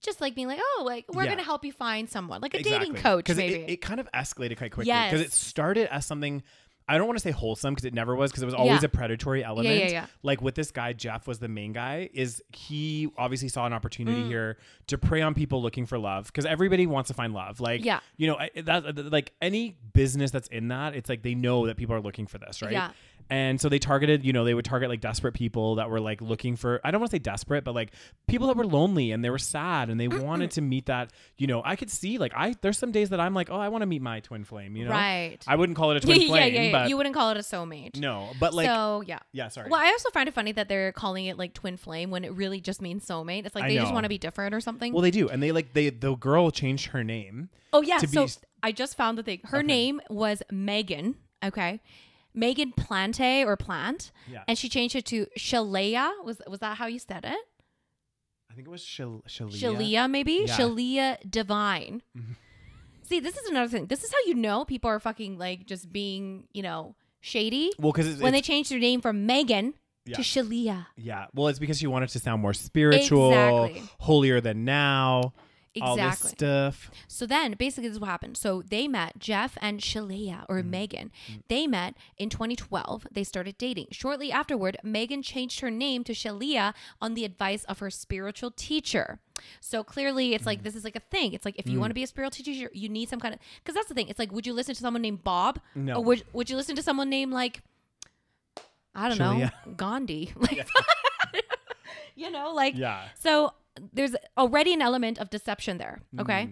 [SPEAKER 2] just like being like, oh, like we're
[SPEAKER 1] Yeah.
[SPEAKER 2] going to help you find someone, like a dating
[SPEAKER 1] Exactly.
[SPEAKER 2] coach,
[SPEAKER 1] 'Cause
[SPEAKER 2] maybe.
[SPEAKER 1] It, it kind of escalated quite quickly
[SPEAKER 2] Yes.
[SPEAKER 1] because it started as something. I don't want to say wholesome because it never was because it was always
[SPEAKER 2] Yeah.
[SPEAKER 1] a predatory element.
[SPEAKER 2] yeah.
[SPEAKER 1] Like with this guy, Jeff was the main guy. Is he obviously saw an opportunity
[SPEAKER 2] Mm.
[SPEAKER 1] here to prey on people looking for love because everybody wants to find love. Like
[SPEAKER 2] Yeah.
[SPEAKER 1] you know I- that like any business that's in that, it's like they know that people are looking for this, right?
[SPEAKER 2] Yeah.
[SPEAKER 1] And so they targeted, you know, they would target like desperate people that were like looking for, I don't want to say desperate, but like people that were lonely and they were sad and they wanted to meet that, you know, I could see like I, there's some days that I'm like, oh, I want to meet my twin flame, you know?
[SPEAKER 2] Right.
[SPEAKER 1] I wouldn't call it a
[SPEAKER 2] yeah,
[SPEAKER 1] twin
[SPEAKER 2] yeah,
[SPEAKER 1] flame,
[SPEAKER 2] yeah, yeah.
[SPEAKER 1] but
[SPEAKER 2] You wouldn't call it a soulmate.
[SPEAKER 1] no, but like,
[SPEAKER 2] so yeah.
[SPEAKER 1] yeah, sorry.
[SPEAKER 2] Well, I also find it funny that they're calling it like twin flame when it really just means soulmate. It's like
[SPEAKER 1] I
[SPEAKER 2] they just
[SPEAKER 1] know.
[SPEAKER 2] want to be different or something.
[SPEAKER 1] well, they do. And they like, they, the girl changed her name.
[SPEAKER 2] Oh yeah,
[SPEAKER 1] to
[SPEAKER 2] so
[SPEAKER 1] be-
[SPEAKER 2] I just found the thing. Her name was Megan. Okay, Megan Plante or Plant,
[SPEAKER 1] Yeah.
[SPEAKER 2] and she changed it to Shalea. Was was that how you said it?
[SPEAKER 1] I think it was Shal- Shalia.
[SPEAKER 2] Shalea, maybe
[SPEAKER 1] Yeah. Mm-hmm.
[SPEAKER 2] Shalea Divine. See, this is another thing. This is how you know people are fucking like just being, you know, shady
[SPEAKER 1] Well, because it's,
[SPEAKER 2] when they
[SPEAKER 1] it's-
[SPEAKER 2] change their name from Megan
[SPEAKER 1] Yeah.
[SPEAKER 2] to Shalea.
[SPEAKER 1] yeah, well, it's because she wanted to sound more spiritual,
[SPEAKER 2] Exactly.
[SPEAKER 1] holier than now, all this
[SPEAKER 2] Exactly.
[SPEAKER 1] stuff.
[SPEAKER 2] So then, basically, this is what happened. So they met Jeff and Shalea
[SPEAKER 1] Mm-hmm.
[SPEAKER 2] or Megan. They met in 2012. They started dating. Shortly afterward, Megan changed her name to Shalea on the advice of her spiritual teacher. So clearly, it's like
[SPEAKER 1] Mm.
[SPEAKER 2] this is like a thing. It's like if you want to be a spiritual teacher, you need some kind of because that's the thing. It's like, would you listen to someone named Bob?
[SPEAKER 1] No.
[SPEAKER 2] Or would would you listen to someone named like I don't know
[SPEAKER 1] Shalea.
[SPEAKER 2] Gandhi? Like, you know, like
[SPEAKER 1] Yeah.
[SPEAKER 2] so there's already an element of deception there. Okay.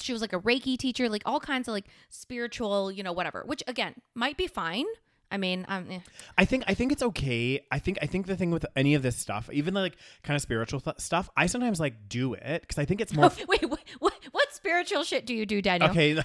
[SPEAKER 2] She was like a Reiki teacher, like all kinds of like spiritual, you know, whatever, which again might be fine. I mean, um, eh.
[SPEAKER 1] I think I think it's okay. I think I think the thing with any of this stuff, even the, like kind of spiritual th- stuff, I sometimes like do it because I think it's more
[SPEAKER 2] wait, what, what, what spiritual shit do you do, Daniel?
[SPEAKER 1] okay.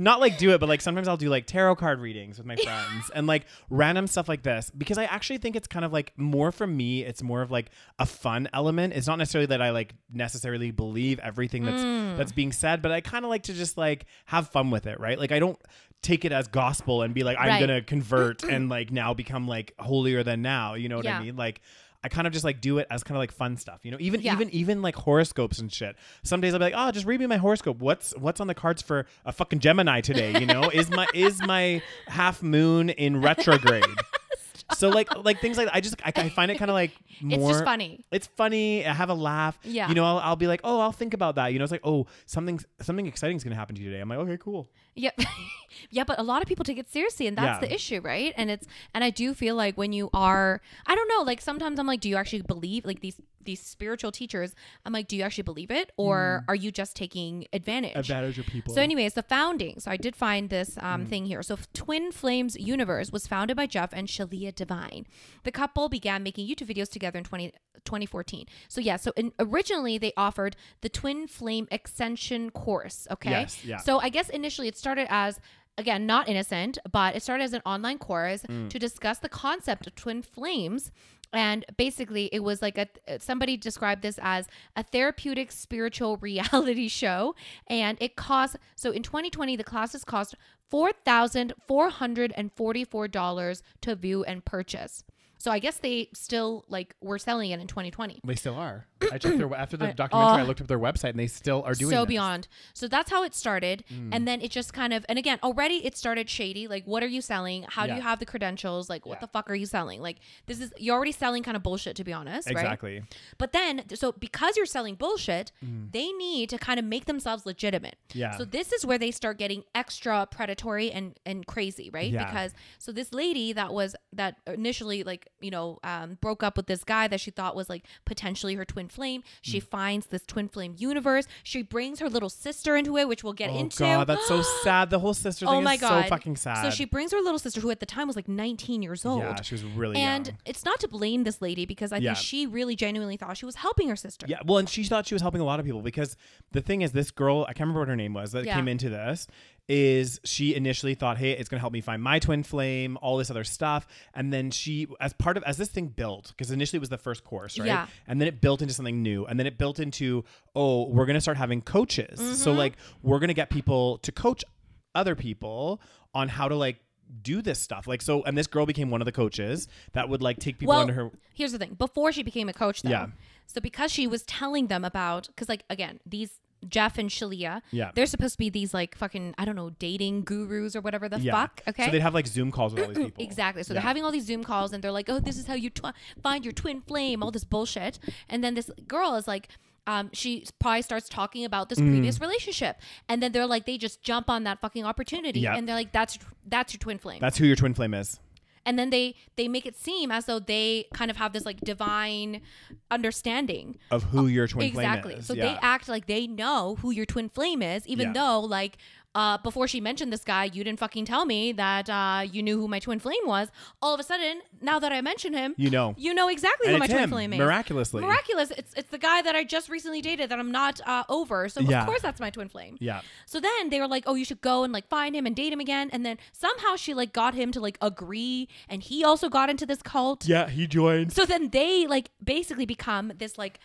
[SPEAKER 1] not like do it, but like sometimes I'll do like tarot card readings with my friends and like random stuff like this because I actually think it's kind of like more for me. It's more of like a fun element. It's not necessarily that I like necessarily believe everything that's
[SPEAKER 2] Mm.
[SPEAKER 1] that's being said, but I kind of like to just like have fun with it, right? Like I don't take it as gospel and be like I'm
[SPEAKER 2] Right.
[SPEAKER 1] gonna convert and like now become like holier than now. You know what
[SPEAKER 2] Yeah.
[SPEAKER 1] I mean? Like. I kind of just like do it as kind of like fun stuff, you know. Even
[SPEAKER 2] Yeah.
[SPEAKER 1] even even like horoscopes and shit. Some days I'll be like, oh, just read me my horoscope. What's what's on the cards for a fucking Gemini today? You know, is my is my half moon in retrograde? so like like things like I just I, I find it kind of like more
[SPEAKER 2] It's just funny.
[SPEAKER 1] it's funny. I have a laugh.
[SPEAKER 2] Yeah.
[SPEAKER 1] You know, I'll, I'll be like, oh, I'll think about that. You know, it's like, oh, something something exciting's gonna happen to you today. I'm like, okay, cool.
[SPEAKER 2] Yep. yeah, but a lot of people take it seriously and that's
[SPEAKER 1] Yeah.
[SPEAKER 2] the issue, right? And it's and I do feel like when you are I don't know, like sometimes I'm like, do you actually believe like these these spiritual teachers, I'm like, do you actually believe it? Or are you just taking advantage?
[SPEAKER 1] Advantage of people.
[SPEAKER 2] So, anyways, the founding. So, I did find this um, thing here. So, Twin Flames Universe was founded by Jeff and Shalia Divine. The couple began making YouTube videos together in 20, 2014. So, yeah, so in, originally they offered the Twin Flame Extension course. Okay.
[SPEAKER 1] Yes, yeah.
[SPEAKER 2] So, I guess initially it started as. Again, not innocent, but it started as an online course
[SPEAKER 1] Mm.
[SPEAKER 2] to discuss the concept of twin flames. And basically, it was like a somebody described this as a therapeutic spiritual reality show. And it cost so in 2020, the classes cost four thousand four hundred and forty-four dollars to view and purchase. So I guess they still like were selling it in 2020.
[SPEAKER 1] they still are. I checked their after the documentary. I looked up their website and they still are doing
[SPEAKER 2] so
[SPEAKER 1] this. Mm.
[SPEAKER 2] beyond so that's how it started and then it just kind of and again already it started shady like what are you selling how do
[SPEAKER 1] Yeah.
[SPEAKER 2] you have the credentials like what
[SPEAKER 1] Yeah.
[SPEAKER 2] the fuck are you selling like this is you're already selling kind of bullshit to be honest right
[SPEAKER 1] Exactly.
[SPEAKER 2] but then, so because you're selling bullshit, they need to kind of make themselves legitimate.
[SPEAKER 1] Mm. Yeah.
[SPEAKER 2] So this is where they start getting extra predatory and and crazy, right?
[SPEAKER 1] Yeah.
[SPEAKER 2] Because so this lady that was that initially like you know um, broke up with this guy that she thought was like potentially her twin flame. She
[SPEAKER 1] Mm.
[SPEAKER 2] finds this twin flame universe. She brings her little sister into it, which we'll get
[SPEAKER 1] Oh
[SPEAKER 2] into.
[SPEAKER 1] god, that's so sad. The whole sister thing
[SPEAKER 2] oh my
[SPEAKER 1] is
[SPEAKER 2] god,
[SPEAKER 1] so fucking sad.
[SPEAKER 2] So she brings her little sister, who at the time was like 19 years old
[SPEAKER 1] Yeah, she was really
[SPEAKER 2] and
[SPEAKER 1] young.
[SPEAKER 2] it's not to blame this lady because I
[SPEAKER 1] Yeah.
[SPEAKER 2] think she really genuinely thought she was helping her sister.
[SPEAKER 1] Yeah, well, and she thought she was helping a lot of people because the thing is, this girl, I can't remember what her name was that
[SPEAKER 2] Yeah.
[SPEAKER 1] came into this, is she initially thought, hey, it's going to help me find my twin flame, all this other stuff. And then she, as part of, as this thing built, because initially it was the first course, right?
[SPEAKER 2] Yeah.
[SPEAKER 1] And then it built into something new. And then it built into, oh, we're going to start having coaches. So,
[SPEAKER 2] Mm-hmm.
[SPEAKER 1] like, we're going to get people to coach other people on how to, like, do this stuff like so and this girl became one of the coaches that would like take people
[SPEAKER 2] Well,
[SPEAKER 1] under her
[SPEAKER 2] here's the thing: before she became a coach, though,
[SPEAKER 1] Yeah.
[SPEAKER 2] so because she was telling them about, because like again, these Jeff and Shalia,
[SPEAKER 1] Yeah.
[SPEAKER 2] they're supposed to be these like fucking I don't know dating gurus or whatever the
[SPEAKER 1] yeah
[SPEAKER 2] fuck. Okay,
[SPEAKER 1] so they'd have like zoom calls with all these people
[SPEAKER 2] Exactly. So they're
[SPEAKER 1] Yeah.
[SPEAKER 2] having all these Zoom calls and they're like, oh, this is how you tw- find your twin flame, all this bullshit. And then this girl is like, um, she probably starts talking about
[SPEAKER 1] Mm.
[SPEAKER 2] this previous relationship. And then they're like, they just jump on that fucking opportunity.
[SPEAKER 1] Yeah.
[SPEAKER 2] And they're like, that's that's your twin flame.
[SPEAKER 1] That's who your twin flame is.
[SPEAKER 2] and then they they make it seem as though they kind of have this like divine understanding.
[SPEAKER 1] Of who your twin
[SPEAKER 2] Oh, exactly.
[SPEAKER 1] flame is.
[SPEAKER 2] So they
[SPEAKER 1] Yeah.
[SPEAKER 2] act like they know who your twin flame is, even
[SPEAKER 1] Yeah.
[SPEAKER 2] though like uh, before she mentioned this guy, you didn't fucking tell me that uh, you knew who my twin flame was. All of a sudden, now that I mention him,
[SPEAKER 1] You know.
[SPEAKER 2] you know exactly
[SPEAKER 1] And
[SPEAKER 2] who my
[SPEAKER 1] it's
[SPEAKER 2] twin
[SPEAKER 1] him,
[SPEAKER 2] flame is.
[SPEAKER 1] miraculously.
[SPEAKER 2] miraculous. It's it's the guy that I just recently dated that I'm not uh, over. So
[SPEAKER 1] Yeah.
[SPEAKER 2] of course that's my twin flame.
[SPEAKER 1] Yeah.
[SPEAKER 2] So then they were like, "Oh, you should go and like find him and date him again." And then somehow she like got him to like agree, and he also got into this cult.
[SPEAKER 1] Yeah, he joined.
[SPEAKER 2] So then they like basically become this like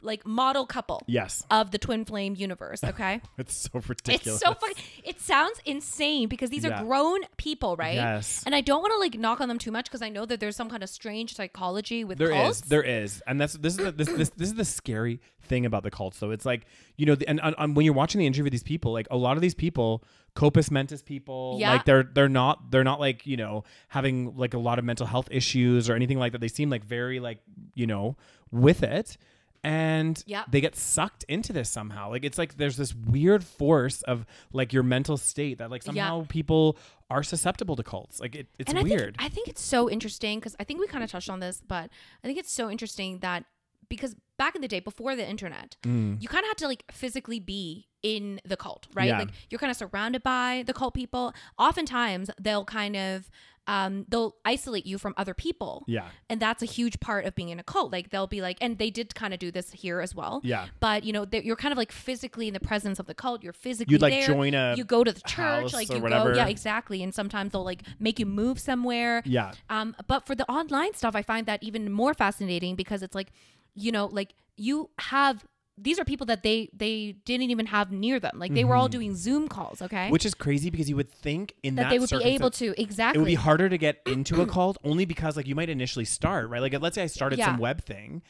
[SPEAKER 2] like model couple
[SPEAKER 1] yes.
[SPEAKER 2] of the twin flame universe. Okay.
[SPEAKER 1] It's so
[SPEAKER 2] It's
[SPEAKER 1] ridiculous.
[SPEAKER 2] so fucking. It sounds insane because these
[SPEAKER 1] Yeah.
[SPEAKER 2] are grown people, right?
[SPEAKER 1] Yes.
[SPEAKER 2] And I don't want to like knock on them too much because I know that there's some kind of strange psychology with
[SPEAKER 1] There is,
[SPEAKER 2] cults.
[SPEAKER 1] there is, and that's this is the, this, this this is the scary thing about the cults. Though it's like you know, the, and, and, and when you're watching the interview with these people, like a lot of these people, copus mentis people,
[SPEAKER 2] Yeah.
[SPEAKER 1] like they're they're not they're not like you know having like a lot of mental health issues or anything like that. They seem like very like you know with it, and
[SPEAKER 2] Yep.
[SPEAKER 1] they get sucked into this somehow. Like it's like there's this weird force of like your mental state that like somehow people are susceptible to cults. Like it, it's
[SPEAKER 2] and
[SPEAKER 1] weird.
[SPEAKER 2] I think, I think it's so interesting because I think we kind of touched on this, but I think it's so interesting that because back in the day before the internet, you kind of had to like physically be in the cult, right?
[SPEAKER 1] Mm. Yeah.
[SPEAKER 2] Like you're kind of surrounded by the cult people. Oftentimes, they'll kind of um, they'll isolate you from other people.
[SPEAKER 1] Yeah.
[SPEAKER 2] And that's a huge part of being in a cult. Like they'll be like, and they did kind of do this here as well.
[SPEAKER 1] Yeah.
[SPEAKER 2] But you know, they- you're kind of like physically in the presence of the cult. You're physically
[SPEAKER 1] You'd, like,
[SPEAKER 2] there.
[SPEAKER 1] join a
[SPEAKER 2] you go to the church,
[SPEAKER 1] house
[SPEAKER 2] like
[SPEAKER 1] or
[SPEAKER 2] you
[SPEAKER 1] whatever.
[SPEAKER 2] go, yeah, exactly. And sometimes they'll like make you move somewhere.
[SPEAKER 1] Yeah.
[SPEAKER 2] Um, but for the online stuff, I find that even more fascinating because it's like, you know, like you have these are people that they they didn't even have near them. Like they were all doing Zoom calls, okay?
[SPEAKER 1] Mm-hmm. Which is crazy because you would think in that,
[SPEAKER 2] that they would be able
[SPEAKER 1] circumstance-
[SPEAKER 2] to exactly.
[SPEAKER 1] It would be harder to get into a cult only because like you might initially start right. Like let's say I started some
[SPEAKER 2] Yeah.
[SPEAKER 1] web thing,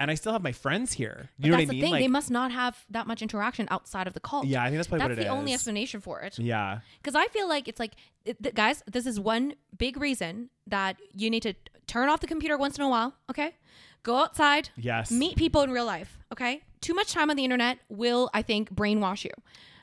[SPEAKER 1] and I still have my friends here.
[SPEAKER 2] But
[SPEAKER 1] You know
[SPEAKER 2] that's
[SPEAKER 1] what I mean?
[SPEAKER 2] the thing;
[SPEAKER 1] Like,
[SPEAKER 2] they must not have that much interaction outside of the cult.
[SPEAKER 1] yeah, I think that's probably
[SPEAKER 2] that's
[SPEAKER 1] what it
[SPEAKER 2] the
[SPEAKER 1] is.
[SPEAKER 2] only explanation for it.
[SPEAKER 1] Yeah,
[SPEAKER 2] Because I feel like it's like, it, th- guys, this is one big reason that you need to turn off the computer once in a while. Okay, go outside,
[SPEAKER 1] yes.
[SPEAKER 2] meet people in real life. Okay, too much time on the internet will, I think, brainwash you.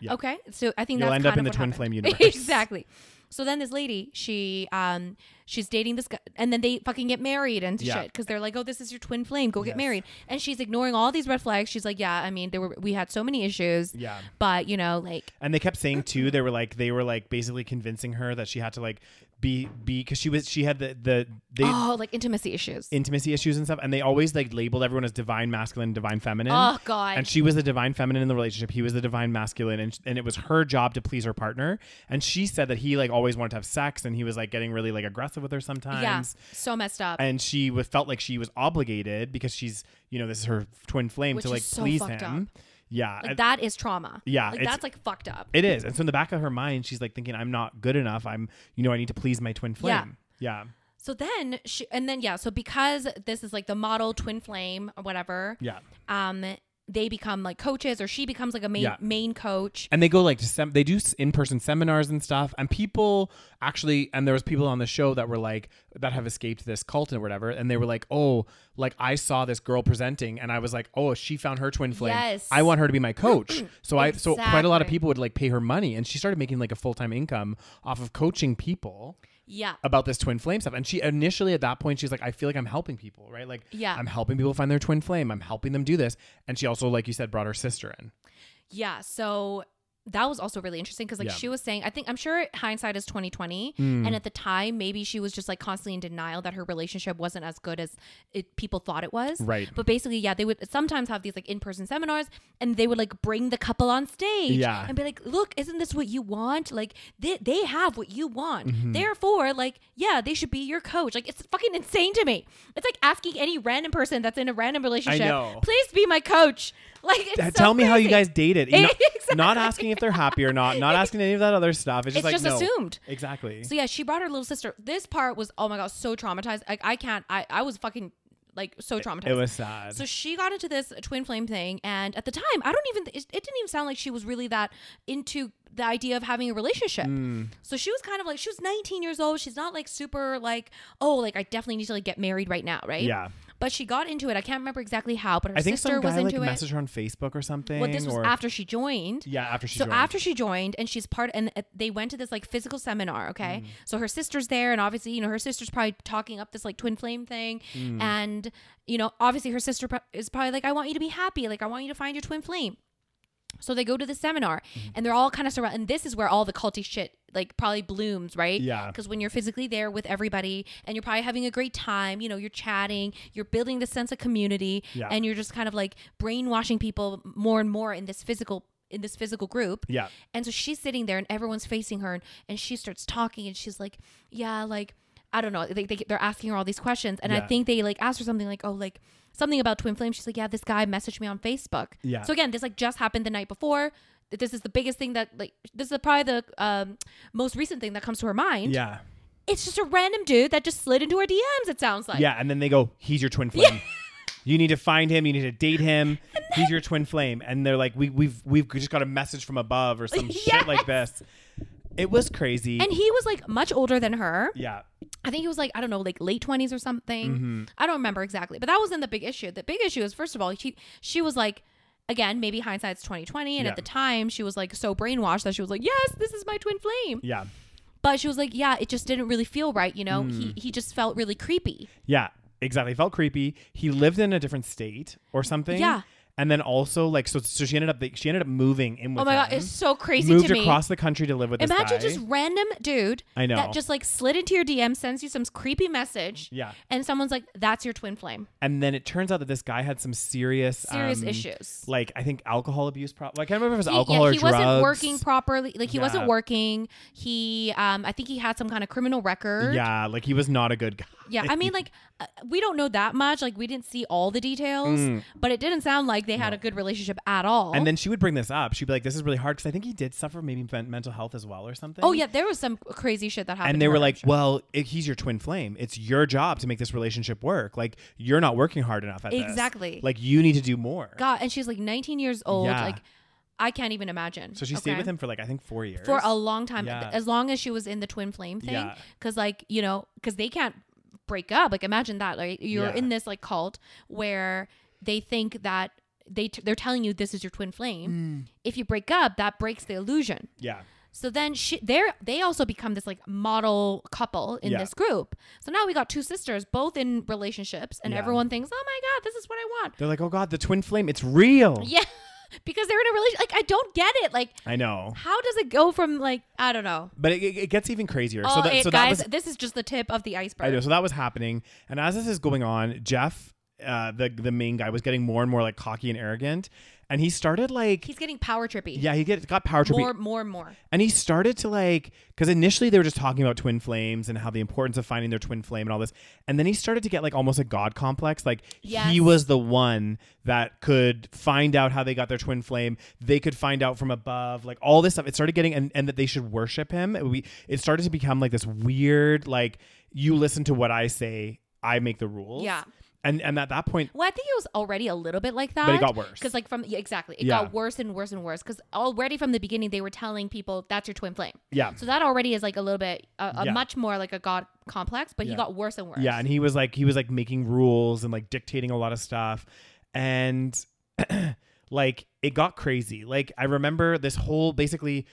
[SPEAKER 1] Yeah.
[SPEAKER 2] Okay, so I think
[SPEAKER 1] You'll
[SPEAKER 2] that's
[SPEAKER 1] end up
[SPEAKER 2] kind
[SPEAKER 1] in
[SPEAKER 2] of
[SPEAKER 1] the
[SPEAKER 2] what
[SPEAKER 1] twin
[SPEAKER 2] happened.
[SPEAKER 1] flame universe.
[SPEAKER 2] exactly. So then this lady, she um she's dating this guy and then they fucking get married and
[SPEAKER 1] Yeah.
[SPEAKER 2] shit cuz they're like, "Oh, this is your twin flame. Go
[SPEAKER 1] Yes.
[SPEAKER 2] get married." And she's ignoring all these red flags. She's like, "Yeah, I mean, there were we had so many issues."
[SPEAKER 1] Yeah.
[SPEAKER 2] But, you know, like
[SPEAKER 1] And they kept saying too, they were like they were like basically convincing her that she had to like be be because she was she had the the they
[SPEAKER 2] oh, like intimacy issues.
[SPEAKER 1] intimacy issues and stuff, and they always like labeled everyone as divine masculine, and divine feminine.
[SPEAKER 2] Oh, God.
[SPEAKER 1] And she was the divine feminine in the relationship. He was the divine masculine, and and it was her job to please her partner. And she said that he like always wanted to have sex, and he was like getting really like aggressive with her sometimes.
[SPEAKER 2] yeah. So messed up.
[SPEAKER 1] And she was, felt like she was obligated because she's you know this is her twin flame
[SPEAKER 2] Which
[SPEAKER 1] to
[SPEAKER 2] is
[SPEAKER 1] like
[SPEAKER 2] so
[SPEAKER 1] please
[SPEAKER 2] fucked
[SPEAKER 1] him. Yeah,
[SPEAKER 2] like
[SPEAKER 1] and-
[SPEAKER 2] that is trauma.
[SPEAKER 1] Yeah,
[SPEAKER 2] Like
[SPEAKER 1] it's-
[SPEAKER 2] that's like fucked up.
[SPEAKER 1] it is. And so in the back of her mind, she's like thinking, I'm not good enough. I'm you know I need to please my twin
[SPEAKER 2] Yeah.
[SPEAKER 1] flame. Yeah.
[SPEAKER 2] So then she and then yeah, so because this is like the model twin flame or whatever.
[SPEAKER 1] Yeah.
[SPEAKER 2] Um they become like coaches or she becomes like a main
[SPEAKER 1] Yeah.
[SPEAKER 2] main coach.
[SPEAKER 1] and they go like to sem- they do in person seminars and stuff and people actually and there was people on the show that were like that have escaped this cult and whatever and they were like oh like I saw this girl presenting and I was like oh she found her twin flame
[SPEAKER 2] Yes.
[SPEAKER 1] I want her to be my coach so I so quite a lot of
[SPEAKER 2] Exactly.
[SPEAKER 1] people would like pay her money and she started making like a full time income off of coaching people
[SPEAKER 2] Yeah.
[SPEAKER 1] about this twin flame stuff. And she initially at that point, she's like, I feel like I'm helping people, right? Like,
[SPEAKER 2] Yeah.
[SPEAKER 1] I'm helping people find their twin flame. I'm helping them do this. And she also, like you said, brought her sister in.
[SPEAKER 2] Yeah, so that was also really interesting because like
[SPEAKER 1] Yeah. Hmm.
[SPEAKER 2] she was saying, I think I'm sure hindsight is 2020, and at the time maybe she was just like constantly in denial that her relationship wasn't as good as it people thought it was.
[SPEAKER 1] Right.
[SPEAKER 2] But basically, yeah, they would sometimes have these like in person seminars, and they would like bring the couple on stage,
[SPEAKER 1] Yeah.
[SPEAKER 2] and be like, "Look, isn't this what you want? Like they they have what you want.
[SPEAKER 1] Mm-hmm.
[SPEAKER 2] Therefore, like yeah, they should be your coach. Like it's fucking insane to me. It's like asking any random person that's in a random relationship,
[SPEAKER 1] know.
[SPEAKER 2] please be my coach. Like it's
[SPEAKER 1] T-
[SPEAKER 2] so
[SPEAKER 1] Tell me how you
[SPEAKER 2] crazy.
[SPEAKER 1] guys dated. You know-
[SPEAKER 2] Exactly.
[SPEAKER 1] Not asking if they're happy or not. Not asking any of that other stuff. It's just
[SPEAKER 2] It's
[SPEAKER 1] like
[SPEAKER 2] just
[SPEAKER 1] no.
[SPEAKER 2] assumed.
[SPEAKER 1] Exactly.
[SPEAKER 2] So yeah, she brought her little sister. This part was oh my god, so traumatized. Like I can't. I I was fucking like so traumatized.
[SPEAKER 1] it was sad.
[SPEAKER 2] So she got into this twin flame thing, and at the time, I don't even. It, it didn't even sound like she was really that into the idea of having a relationship.
[SPEAKER 1] Hmm.
[SPEAKER 2] So she was kind of like she was 19 years old. She's not like super like oh like I definitely need to like get married right now, right?
[SPEAKER 1] Yeah.
[SPEAKER 2] But she got into it. I can't remember exactly how, but her
[SPEAKER 1] I think
[SPEAKER 2] sister
[SPEAKER 1] some
[SPEAKER 2] was
[SPEAKER 1] guy like
[SPEAKER 2] into it.
[SPEAKER 1] messaged her on Facebook or something.
[SPEAKER 2] Well, this was
[SPEAKER 1] or,
[SPEAKER 2] after she joined
[SPEAKER 1] Yeah, after she
[SPEAKER 2] so
[SPEAKER 1] joined.
[SPEAKER 2] after she joined and she's part and uh, they went to this like physical seminar okay
[SPEAKER 1] Mm.
[SPEAKER 2] so her sister's there and obviously you know her sister's probably talking up this like twin flame thing
[SPEAKER 1] Mm.
[SPEAKER 2] and you know obviously her sister pro- is probably like i want you to be happy like i want you to find your twin flame so they go to the seminar
[SPEAKER 1] Mm-hmm.
[SPEAKER 2] and they're all kind of surrounded and this is where all the culty shit like probably blooms right
[SPEAKER 1] Yeah.
[SPEAKER 2] because when you're physically there with everybody and you're probably having a great time you know you're chatting you're building the sense of community
[SPEAKER 1] Yeah.
[SPEAKER 2] and you're just kind of like brainwashing people more and more in this physical in this physical group
[SPEAKER 1] Yeah.
[SPEAKER 2] and so she's sitting there and everyone's facing her and, and she starts talking and she's like, yeah, like, I don't know. They, they, they're asking her all these questions. And
[SPEAKER 1] Yeah.
[SPEAKER 2] I think they like asked her something like, oh, like something about twin flames. She's like, yeah, this guy messaged me on Facebook.
[SPEAKER 1] Yeah.
[SPEAKER 2] So again, this like just happened the night before. This is the biggest thing that like, this is probably the um, most recent thing that comes to her mind.
[SPEAKER 1] Yeah.
[SPEAKER 2] It's just a random dude that just slid into her DMs. It sounds like.
[SPEAKER 1] Yeah. And then they go, he's your twin flame. You need to find him. You need to date him. He's your twin flame, and they're like, we, we've we've just got a message from above or some shit like this. It was crazy.
[SPEAKER 2] And he was like much older than her.
[SPEAKER 1] yeah, Mm-hmm.
[SPEAKER 2] I think he was like I don't know, like late twenties or something. I don't remember exactly, but that wasn't the big issue. The big issue is first of all, he she was like, again, maybe hindsight's twenty twenty, and
[SPEAKER 1] Yeah.
[SPEAKER 2] at the time she was like so brainwashed that she was like, yes, this is my twin flame.
[SPEAKER 1] yeah,
[SPEAKER 2] But she was like, yeah, it just didn't really feel right, you know.
[SPEAKER 1] Mm.
[SPEAKER 2] He he just felt really creepy.
[SPEAKER 1] yeah. Exactly. It felt creepy. He lived in a different state or something.
[SPEAKER 2] Yeah.
[SPEAKER 1] and then also like so so she ended up she ended up moving in with
[SPEAKER 2] Oh my god,
[SPEAKER 1] him,
[SPEAKER 2] it's so crazy
[SPEAKER 1] moved
[SPEAKER 2] to me.
[SPEAKER 1] across the country to live with
[SPEAKER 2] Imagine
[SPEAKER 1] this guy.
[SPEAKER 2] just random dude
[SPEAKER 1] I know.
[SPEAKER 2] that just like slid into your DM, sends you some creepy message.
[SPEAKER 1] Yeah.
[SPEAKER 2] And someone's like, that's your twin flame.
[SPEAKER 1] and then it turns out that this guy had some serious
[SPEAKER 2] Serious
[SPEAKER 1] um,
[SPEAKER 2] issues.
[SPEAKER 1] like I think alcohol abuse problem. I can't remember if it was
[SPEAKER 2] He-
[SPEAKER 1] alcohol
[SPEAKER 2] yeah,
[SPEAKER 1] or
[SPEAKER 2] he
[SPEAKER 1] drugs.
[SPEAKER 2] wasn't working properly. Like he
[SPEAKER 1] Yeah.
[SPEAKER 2] wasn't working. He, um, I think he had some kind of criminal record.
[SPEAKER 1] Yeah, like he was not a good guy.
[SPEAKER 2] Yeah, I mean, like uh, we don't know that much. Like we didn't see all the details, but it didn't sound like they had a good relationship at all.
[SPEAKER 1] Mm. And then she would bring this up. She'd be like, "This is really hard because I think he did suffer maybe men- mental health as well or something."
[SPEAKER 2] oh yeah, there was some crazy shit that happened.
[SPEAKER 1] And
[SPEAKER 2] to
[SPEAKER 1] they were
[SPEAKER 2] her.
[SPEAKER 1] like, "Well, it, he's your twin flame. It's your job to make this relationship work. Like you're not working hard enough at this.
[SPEAKER 2] Exactly.
[SPEAKER 1] Like you need to do more."
[SPEAKER 2] God, and she's like 19 years old.
[SPEAKER 1] Yeah.
[SPEAKER 2] Like I can't even imagine.
[SPEAKER 1] So she stayed
[SPEAKER 2] okay?
[SPEAKER 1] with him for like I think four years.
[SPEAKER 2] for a long time,
[SPEAKER 1] Yeah.
[SPEAKER 2] as long as she was in the twin flame thing.
[SPEAKER 1] Yeah.
[SPEAKER 2] Because like you know, because they can't break up. Like imagine that. Like you're
[SPEAKER 1] Yeah.
[SPEAKER 2] in this like cult where they think that they t- they're telling you this is your twin flame.
[SPEAKER 1] Mm.
[SPEAKER 2] If you break up, that breaks the illusion.
[SPEAKER 1] yeah.
[SPEAKER 2] So then she, they're, they also become this like model couple in
[SPEAKER 1] Yeah.
[SPEAKER 2] this group. So now we got two sisters, both in relationships, and
[SPEAKER 1] Yeah.
[SPEAKER 2] everyone thinks, oh my God, this is what I want.
[SPEAKER 1] They're like, "Oh God, the twin flame. It's real."
[SPEAKER 2] Yeah. because they're in a relationship. Like, I don't get it. Like,
[SPEAKER 1] I know.
[SPEAKER 2] how does it go from like, I don't know.
[SPEAKER 1] But it, it, it gets even crazier.
[SPEAKER 2] Oh,
[SPEAKER 1] so that,
[SPEAKER 2] it-
[SPEAKER 1] so that
[SPEAKER 2] guys,
[SPEAKER 1] was
[SPEAKER 2] this is just the tip of the
[SPEAKER 1] I know.
[SPEAKER 2] iceberg.
[SPEAKER 1] So that was happening, and as this is going on, Jeff, uh, the the main guy, was getting more and more like cocky and arrogant, and he started like,
[SPEAKER 2] He's getting power trippy.
[SPEAKER 1] yeah, he get, got power trippy,
[SPEAKER 2] More, more, more.
[SPEAKER 1] and he started to like, because initially they were just talking about twin flames and how the importance of finding their twin flame and all this, and then he started to get like almost a god complex, like
[SPEAKER 2] Yes.
[SPEAKER 1] he was the one that could find out how they got their twin flame, they could find out from above, like all this stuff. It started getting, and and that they should worship him. We it started to become like this weird, like you listen to what I say. I make the rules.
[SPEAKER 2] Yeah.
[SPEAKER 1] And and at that point,
[SPEAKER 2] Well, I think it was already a little bit like that.
[SPEAKER 1] it got worse.
[SPEAKER 2] Because, like, from, yeah, exactly. It
[SPEAKER 1] Yeah.
[SPEAKER 2] got worse and worse and worse. Because already from the beginning, they were telling people, that's your twin flame.
[SPEAKER 1] yeah.
[SPEAKER 2] So that already is like a little bit, a, a
[SPEAKER 1] Yeah.
[SPEAKER 2] much more like a god complex, but
[SPEAKER 1] Yeah.
[SPEAKER 2] he got worse and worse.
[SPEAKER 1] Yeah, and he was like he was like making rules and like dictating a lot of stuff and like it got crazy. Like I remember this whole basically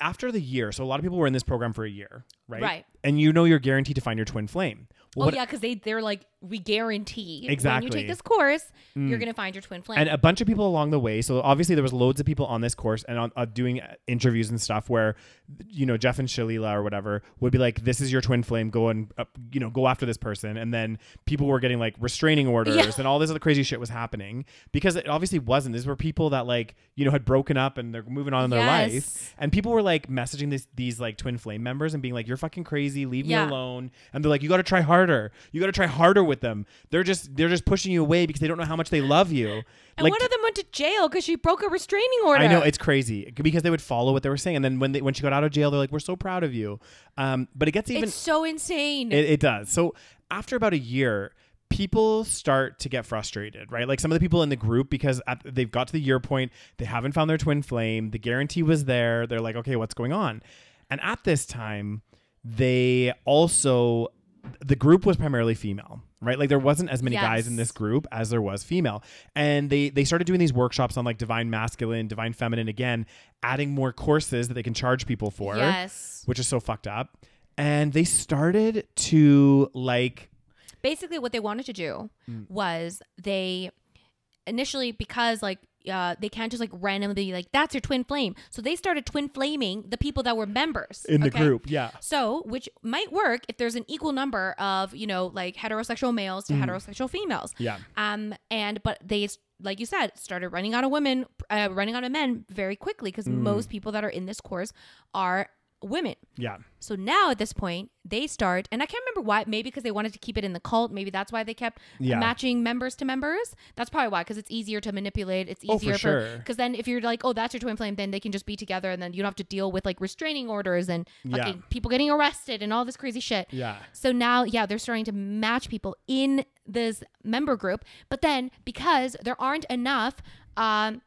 [SPEAKER 1] after the year, so a lot of people were in this program for a year, right?
[SPEAKER 2] Right.
[SPEAKER 1] And you know you're guaranteed to find your twin flame. Well,
[SPEAKER 2] oh yeah, because they they're like we guarantee when
[SPEAKER 1] Exactly. Mm.
[SPEAKER 2] you take this course, you're gonna find your twin flame.
[SPEAKER 1] and uh, a bunch of people along the way. So obviously there was loads of people on this course and on, uh, doing uh, interviews and stuff where, you know, Jeff and Shalila or whatever would be like, "This is your twin flame. Go and uh, you know go after this person." And then people were getting like restraining orders
[SPEAKER 2] Yeah.
[SPEAKER 1] and all this other crazy shit was happening because it obviously wasn't. These were people that like you know had broken up and they're moving on in their
[SPEAKER 2] Yes.
[SPEAKER 1] life, and people were like messaging this, these like twin flame members and being like, "You're fucking crazy. Leave
[SPEAKER 2] Yeah.
[SPEAKER 1] me alone." And they're like, "You got to try harder. You got to try harder with them. They're just they're just pushing you away because they don't know how much they love you."
[SPEAKER 2] And one of them went to jail because she broke a restraining order.
[SPEAKER 1] I know it's crazy because they would follow what they were saying, and then when they, when she got out of jail, they're like, "We're so proud of you." Um, but it gets even
[SPEAKER 2] it's so insane.
[SPEAKER 1] it, it does. So after about a year, people start to get frustrated, right? Like some of the people in the group because at, they've got to the year point, they haven't found their twin flame. The guarantee was there. They're like, "Okay, what's going on?" And at this time, they also the group was primarily female right like there wasn't as many guys in
[SPEAKER 2] Yes.
[SPEAKER 1] this group as there was female and they they started doing these workshops on like divine masculine divine feminine again adding more courses that they can charge people for
[SPEAKER 2] yes.
[SPEAKER 1] which is so fucked up and they started to like
[SPEAKER 2] Basically, what they wanted to do
[SPEAKER 1] Mm.
[SPEAKER 2] was they initially because like. Uh, they can't just like randomly be like that's your twin flame. So they started twin flaming the people that were members
[SPEAKER 1] in the
[SPEAKER 2] okay?
[SPEAKER 1] group yeah
[SPEAKER 2] So, which might work if there's an equal number of, you know, like heterosexual males to heterosexual females.
[SPEAKER 1] Mm. Yeah.
[SPEAKER 2] Um, and but they, like you said, started running out of women, uh, running out of men very quickly because
[SPEAKER 1] Mm.
[SPEAKER 2] most people that are in this course are women.
[SPEAKER 1] yeah
[SPEAKER 2] So now at this point, they start, and I can't remember why. Maybe because they wanted to keep it in the cult. Maybe that's why they kept
[SPEAKER 1] Yeah.
[SPEAKER 2] matching members to members. That's probably why, because it's easier to manipulate. It's easier
[SPEAKER 1] Oh, for sure.
[SPEAKER 2] Because then if you're like, oh, that's your twin flame, then they can just be together, and then you don't have to deal with like restraining orders and
[SPEAKER 1] Yeah.
[SPEAKER 2] fucking people getting arrested and all this crazy shit.
[SPEAKER 1] yeah
[SPEAKER 2] So now, yeah, they're starting to match people in this member group. But then because there aren't enough, um,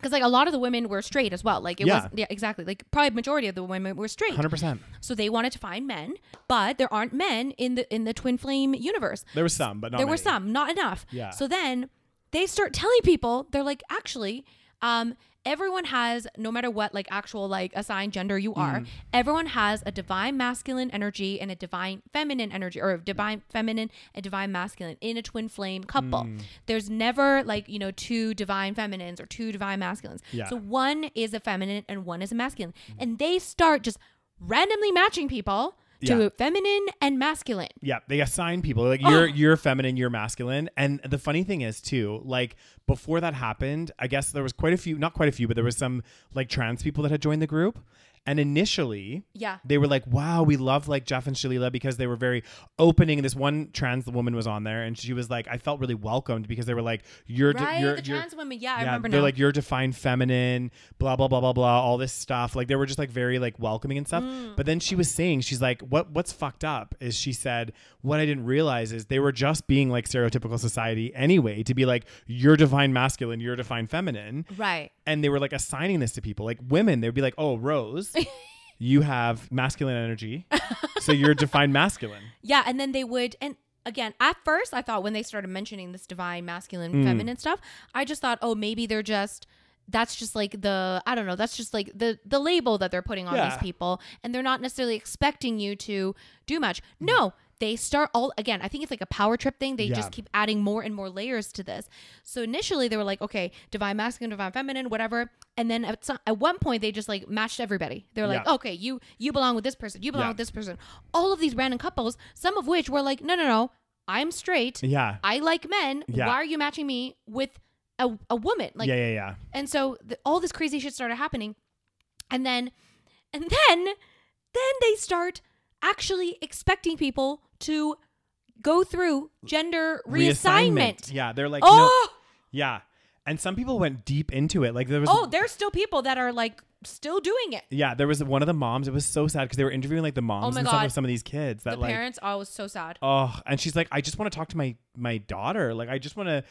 [SPEAKER 2] because like a lot of the women were straight as well. Like it
[SPEAKER 1] Yeah.
[SPEAKER 2] was, yeah, exactly. Like probably majority of the women were straight.
[SPEAKER 1] 100%
[SPEAKER 2] So they wanted to find men, but there aren't men in the in the twin flame universe.
[SPEAKER 1] there was some but not
[SPEAKER 2] there were
[SPEAKER 1] many.
[SPEAKER 2] some, not enough.
[SPEAKER 1] Yeah.
[SPEAKER 2] So then they start telling people, they're like, actually, Um, everyone has, no matter what, like actual like assigned gender you
[SPEAKER 1] Mm.
[SPEAKER 2] are, everyone has a divine masculine energy and a divine feminine energy, or a divine feminine and divine masculine in a twin flame couple.
[SPEAKER 1] Mm.
[SPEAKER 2] There's never like you know two divine feminines or two divine masculines.
[SPEAKER 1] Yeah. Mm.
[SPEAKER 2] So one is a feminine and one is a masculine, and they start just randomly matching people to
[SPEAKER 1] Yeah.
[SPEAKER 2] feminine and masculine.
[SPEAKER 1] Yeah, they assign people like
[SPEAKER 2] Oh.
[SPEAKER 1] you're you're feminine, you're masculine, and the funny thing is too, like before that happened, I guess there was quite a few, not quite a few, but there was some like trans people that had joined the group, and initially,
[SPEAKER 2] Yeah.
[SPEAKER 1] they were like, "Wow, we love like Jeff and Shalila because they were very opening." This one trans woman was on there, and she was like, "I felt really welcomed because they were like, you're de-
[SPEAKER 2] Right,
[SPEAKER 1] you're,
[SPEAKER 2] the
[SPEAKER 1] you're-
[SPEAKER 2] trans women. Yeah, I
[SPEAKER 1] yeah,
[SPEAKER 2] remember
[SPEAKER 1] they're
[SPEAKER 2] now.
[SPEAKER 1] like you're defined feminine, blah blah blah blah blah, all this stuff. Like they were just like very like welcoming and stuff.
[SPEAKER 2] Mm.
[SPEAKER 1] But then she was saying, she's like, what what's fucked up is she said, what I didn't realize is they were just being like stereotypical society anyway to be like you're divine masculine, you're defined feminine,
[SPEAKER 2] right.
[SPEAKER 1] and they were like assigning this to people, like women. They'd be like, oh Rose, you have masculine energy, so you're defined masculine.
[SPEAKER 2] Yeah, and then they would and again, at first I thought when they started mentioning this divine masculine
[SPEAKER 1] Hmm.
[SPEAKER 2] feminine stuff, I just thought, "Oh, maybe they're just that's just like the I don't know, that's just like the the label that they're putting on
[SPEAKER 1] Yeah.
[SPEAKER 2] these people and they're not necessarily expecting you to do much." No, they start all again. I think it's like a power trip thing. They
[SPEAKER 1] Hmm. Yeah.
[SPEAKER 2] just keep adding more and more layers to this. So initially they were like, okay, divine masculine, divine feminine, whatever. And then at, some, at one point they just like matched everybody. They were like,
[SPEAKER 1] Yeah.
[SPEAKER 2] okay, you you belong with this person, you belong
[SPEAKER 1] Yeah.
[SPEAKER 2] with this person. All of these random couples, some of which were like, no, no, no, I'm straight.
[SPEAKER 1] Yeah,
[SPEAKER 2] I like men.
[SPEAKER 1] Yeah.
[SPEAKER 2] Why are you matching me with a, a woman? Like,
[SPEAKER 1] yeah, yeah, yeah.
[SPEAKER 2] and so th- all this crazy shit started happening, and then, and then, then they start actually expecting people to go through gender reassignment.
[SPEAKER 1] Yeah, they're like, no-
[SPEAKER 2] oh,
[SPEAKER 1] Yeah. And some people went deep into it. Like there was
[SPEAKER 2] oh, there's still people that are like still doing it.
[SPEAKER 1] Yeah, there was one of the moms. It was so sad because they were interviewing like the moms
[SPEAKER 2] Oh my
[SPEAKER 1] and stuff
[SPEAKER 2] God.
[SPEAKER 1] of some of these kids that
[SPEAKER 2] the
[SPEAKER 1] like
[SPEAKER 2] parents, oh, it was so sad.
[SPEAKER 1] oh and she's like I just want to talk to my my daughter. Like I just want to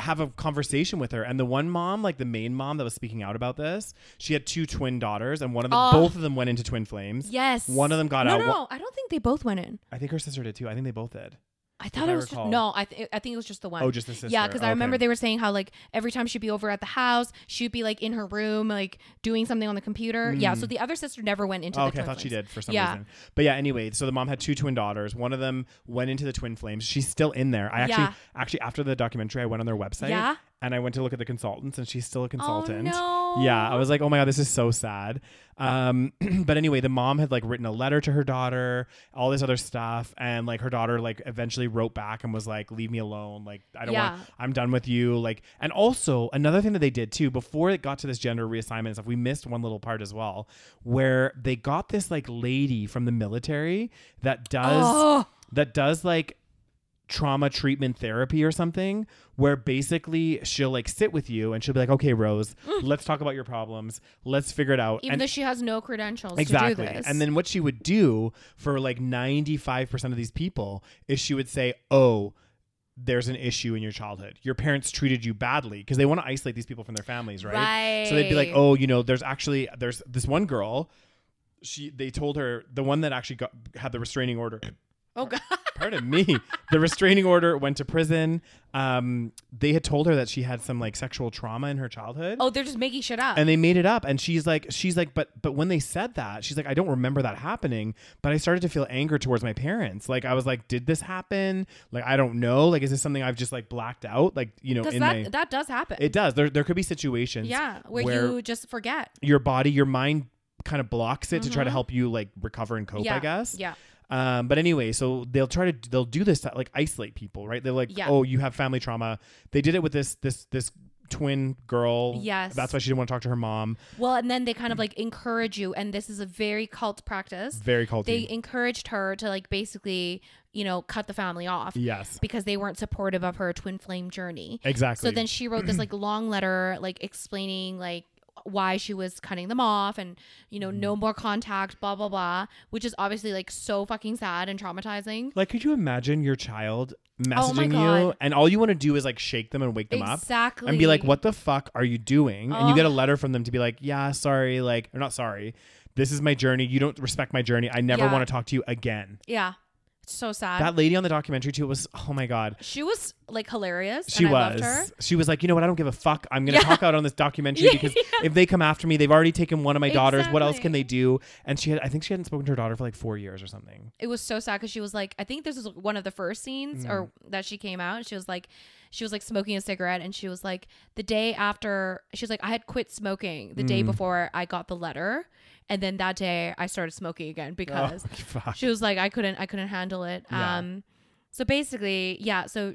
[SPEAKER 1] have a conversation with her. And the one mom, like the main mom that was speaking out about this, she had two twin daughters and one of them
[SPEAKER 2] Oh.
[SPEAKER 1] both of them went into twin flames.
[SPEAKER 2] Yes,
[SPEAKER 1] One of them got
[SPEAKER 2] no,
[SPEAKER 1] out.
[SPEAKER 2] No,
[SPEAKER 1] One-
[SPEAKER 2] no, I don't think they both went in.
[SPEAKER 1] I think her sister did too. I think they both did.
[SPEAKER 2] I thought
[SPEAKER 1] I
[SPEAKER 2] it was just,
[SPEAKER 1] recall.
[SPEAKER 2] no. I th- I think it was just the one.
[SPEAKER 1] Oh, just the sister.
[SPEAKER 2] Yeah, because I
[SPEAKER 1] Okay.
[SPEAKER 2] remember they were saying how like every time she'd be over at the house, she'd be like in her room, like doing something on the computer. Yeah, so the other sister never went into.
[SPEAKER 1] Oh,
[SPEAKER 2] the
[SPEAKER 1] Mm. okay, I
[SPEAKER 2] twin
[SPEAKER 1] thought she
[SPEAKER 2] flames.
[SPEAKER 1] did for some
[SPEAKER 2] Yeah.
[SPEAKER 1] reason. But yeah, anyway, so the mom had two twin daughters. One of them went into the twin flames. She's still in there. I actually,
[SPEAKER 2] Yeah.
[SPEAKER 1] actually after the documentary, I went on their website
[SPEAKER 2] Yeah? Oh,
[SPEAKER 1] and I went to look at the consultants, and she's still a consultant.
[SPEAKER 2] no.
[SPEAKER 1] Yeah, I was like, oh my god, this is so sad. Um, but anyway, the mom had like written a letter to her daughter, all this other stuff, and like her daughter like eventually wrote back and was like, leave me alone, like I don't
[SPEAKER 2] Yeah.
[SPEAKER 1] want, I'm done with you. Like, and also another thing that they did too before it got to this gender reassignment and stuff, we missed one little part as well where they got this like lady from the military that does
[SPEAKER 2] Oh.
[SPEAKER 1] that does like trauma treatment therapy or something where basically she'll like sit with you and she'll be like okay rose let's talk about your problems let's figure it out
[SPEAKER 2] Even
[SPEAKER 1] And-
[SPEAKER 2] though she has no credentials to do
[SPEAKER 1] Exactly.
[SPEAKER 2] this.
[SPEAKER 1] And then what she would do for like 95% of these people is she would say, Oh, there's an issue in your childhood. Your parents treated you badly because they want to isolate these people from their families, right? So they'd be like,
[SPEAKER 2] Right.
[SPEAKER 1] Oh, you know, there's actually there's this one girl. She they told her the one that actually got had the restraining order.
[SPEAKER 2] oh god,
[SPEAKER 1] Pardon me. The restraining order went to prison. Um, they had told her that she had some like sexual trauma in her childhood
[SPEAKER 2] oh, they're just making shit up.
[SPEAKER 1] and they made it up and she's like she's like but but when they said that she's like i don't remember that happening but i started to feel anger towards my parents like i was like did this happen like i don't know like is this something i've just like blacked out like you know
[SPEAKER 2] Because
[SPEAKER 1] in
[SPEAKER 2] that
[SPEAKER 1] my
[SPEAKER 2] that does happen.
[SPEAKER 1] it does there, there could be situations
[SPEAKER 2] yeah, where, you just forget.
[SPEAKER 1] your body your mind kind of blocks it to try to help you like recover and cope
[SPEAKER 2] Mm-hmm. yeah,
[SPEAKER 1] i guess
[SPEAKER 2] Yeah,
[SPEAKER 1] um, but anyway, so they'll try to they'll do this to like isolate people, right? They're like,
[SPEAKER 2] Yeah.
[SPEAKER 1] oh, you have family trauma. They did it with this this this twin girl.
[SPEAKER 2] Yes.
[SPEAKER 1] that's why she didn't want to talk to her mom.
[SPEAKER 2] well, and then they kind of like encourage you, and this is a very cult practice.
[SPEAKER 1] Mm. Very culty.
[SPEAKER 2] they encouraged her to like basically, you know, cut the family off.
[SPEAKER 1] Yes.
[SPEAKER 2] because they weren't supportive of her twin flame journey.
[SPEAKER 1] Exactly.
[SPEAKER 2] So then she wrote this like long letter, like explaining like why she was cutting them off and you know
[SPEAKER 1] Mm-hmm.
[SPEAKER 2] no more contact, blah blah blah, which is obviously like so fucking sad and traumatizing.
[SPEAKER 1] like, could you imagine your child
[SPEAKER 2] Oh my
[SPEAKER 1] messaging you
[SPEAKER 2] God.
[SPEAKER 1] and all you want to do is like shake them and wake them up
[SPEAKER 2] Exactly.
[SPEAKER 1] and be like, what the fuck are you doing? And you
[SPEAKER 2] Oh.
[SPEAKER 1] get a letter from them to be like, yeah, sorry, like, or not sorry. This is my journey. You don't respect my journey. I never
[SPEAKER 2] Yeah.
[SPEAKER 1] want to talk to you again.
[SPEAKER 2] Yeah. It's so sad.
[SPEAKER 1] That lady on the documentary too was oh my god.
[SPEAKER 2] she was like hilarious.
[SPEAKER 1] She
[SPEAKER 2] and I
[SPEAKER 1] was.
[SPEAKER 2] loved her.
[SPEAKER 1] She was like, you know what? I don't give a fuck. I'm gonna
[SPEAKER 2] Yeah.
[SPEAKER 1] talk out on this documentary
[SPEAKER 2] Yeah,
[SPEAKER 1] because
[SPEAKER 2] yeah.
[SPEAKER 1] if they come after me, they've already taken one of my daughters. What else can
[SPEAKER 2] Exactly.
[SPEAKER 1] they do? And she had, I think she hadn't spoken to her daughter for like four years or something.
[SPEAKER 2] It was so sad because she was like, I think this was one of the first scenes
[SPEAKER 1] Mm.
[SPEAKER 2] or that she came out. And she was like, she was like smoking a cigarette, and she was like, the day after, she was like, I had quit smoking the day
[SPEAKER 1] Mm.
[SPEAKER 2] before I got the letter, and then that day I started smoking again
[SPEAKER 1] Oh,
[SPEAKER 2] because
[SPEAKER 1] fuck.
[SPEAKER 2] she was like i couldn't i couldn't handle it
[SPEAKER 1] Yeah.
[SPEAKER 2] um so basically yeah so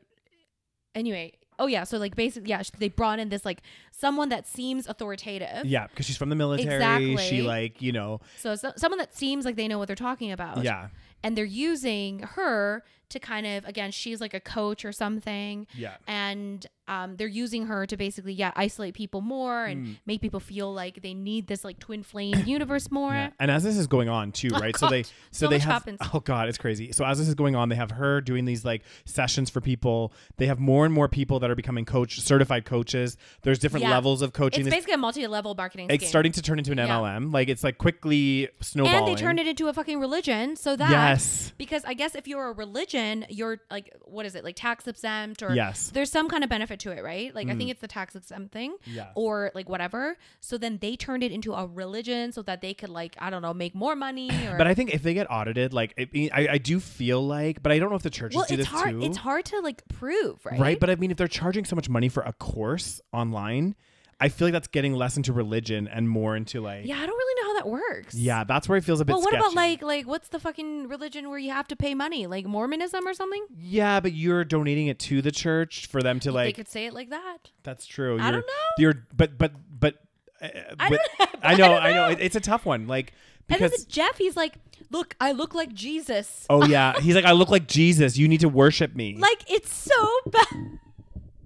[SPEAKER 2] anyway oh yeah so like basically yeah sh- they brought in this like someone that seems authoritative
[SPEAKER 1] Yeah, because she's from the military. She
[SPEAKER 2] Exactly.
[SPEAKER 1] like, you know,
[SPEAKER 2] so, so someone that seems like they know what they're talking about
[SPEAKER 1] yeah,
[SPEAKER 2] and they're using her to kind of again she's like a coach or something
[SPEAKER 1] yeah.
[SPEAKER 2] and um, they're using her to basically yeah isolate people more and make people feel like they need this like twin flame universe more
[SPEAKER 1] Mm. Yeah. And as this is going on too, right? so they
[SPEAKER 2] Oh, God.
[SPEAKER 1] so,
[SPEAKER 2] So
[SPEAKER 1] they
[SPEAKER 2] much
[SPEAKER 1] have
[SPEAKER 2] happens.
[SPEAKER 1] oh god, it's crazy. So as this is going on, they have her doing these like sessions for people. They have more and more people that are becoming coach certified coaches. There's different
[SPEAKER 2] Yeah.
[SPEAKER 1] levels of coaching.
[SPEAKER 2] it's
[SPEAKER 1] This-
[SPEAKER 2] basically a multi-level marketing
[SPEAKER 1] it's
[SPEAKER 2] scheme.
[SPEAKER 1] starting to turn into an
[SPEAKER 2] Yeah.
[SPEAKER 1] MLM. Like it's like quickly snowballing.
[SPEAKER 2] and they turned it into a fucking religion so that
[SPEAKER 1] Yes.
[SPEAKER 2] because i guess if you're a religion you're like what is it like tax exempt or
[SPEAKER 1] Yes. Mm.
[SPEAKER 2] there's some kind of benefit to it right like i think it's the tax exempt thing
[SPEAKER 1] Yeah.
[SPEAKER 2] or like whatever so then they turned it into a religion so that they could like i don't know make more money or
[SPEAKER 1] But I think if they get audited, like it, I, I do feel like, but I don't know if the churches
[SPEAKER 2] well
[SPEAKER 1] do
[SPEAKER 2] it's
[SPEAKER 1] this
[SPEAKER 2] hard
[SPEAKER 1] too,
[SPEAKER 2] it's hard to like prove right
[SPEAKER 1] right? But I mean, if they're charging so much money for a course online, I feel like that's getting less into religion and more into like,
[SPEAKER 2] yeah i don't really know how that works
[SPEAKER 1] yeah, that's where it feels a bit.
[SPEAKER 2] but what about
[SPEAKER 1] sketchy.
[SPEAKER 2] like like what's the fucking religion where you have to pay money like mormonism or something
[SPEAKER 1] Yeah, but you're donating it to the church for them to
[SPEAKER 2] they
[SPEAKER 1] like.
[SPEAKER 2] could say it like that
[SPEAKER 1] that's true.
[SPEAKER 2] I
[SPEAKER 1] you're,
[SPEAKER 2] don't know.
[SPEAKER 1] You're but but but. uh,
[SPEAKER 2] I
[SPEAKER 1] but-
[SPEAKER 2] don't-
[SPEAKER 1] I
[SPEAKER 2] I
[SPEAKER 1] know.
[SPEAKER 2] don't
[SPEAKER 1] I know.
[SPEAKER 2] know.
[SPEAKER 1] It- It's a tough one. Like
[SPEAKER 2] and
[SPEAKER 1] because.
[SPEAKER 2] then the jeff he's like look i look like jesus
[SPEAKER 1] Oh yeah, he's like I look like Jesus. You need to worship me.
[SPEAKER 2] Like it's so bad.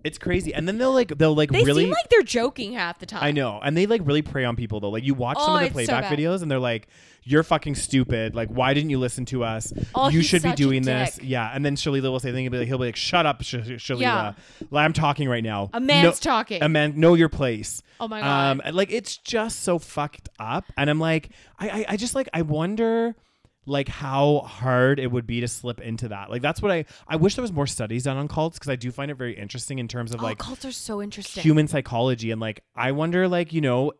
[SPEAKER 1] it's crazy. And then they'll like they'll like
[SPEAKER 2] They
[SPEAKER 1] really
[SPEAKER 2] seem like they're joking half the time.
[SPEAKER 1] I know. And they like really prey on people though. Like you watch
[SPEAKER 2] Oh,
[SPEAKER 1] some of the
[SPEAKER 2] it's so
[SPEAKER 1] playback
[SPEAKER 2] bad.
[SPEAKER 1] videos and they're like, You're fucking stupid. Like, why didn't you listen to us?
[SPEAKER 2] Oh,
[SPEAKER 1] you
[SPEAKER 2] he's
[SPEAKER 1] should be
[SPEAKER 2] such a
[SPEAKER 1] doing this.
[SPEAKER 2] dick.
[SPEAKER 1] Yeah. And then Shalila will say things and he'll be like, Shut up, Sh- Sh- Shalila.
[SPEAKER 2] Yeah.
[SPEAKER 1] Like, I'm talking right now.
[SPEAKER 2] A man's talking.
[SPEAKER 1] A man know your place.
[SPEAKER 2] Oh my God.
[SPEAKER 1] and, like it's just so fucked up. And I'm like, I I, I just like I wonder like how hard it would be to slip into that. Like that's what I I wish there was more studies done on cults because I do find it very interesting in terms of
[SPEAKER 2] Oh,
[SPEAKER 1] like
[SPEAKER 2] cults are so interesting.
[SPEAKER 1] human psychology and like I wonder like you know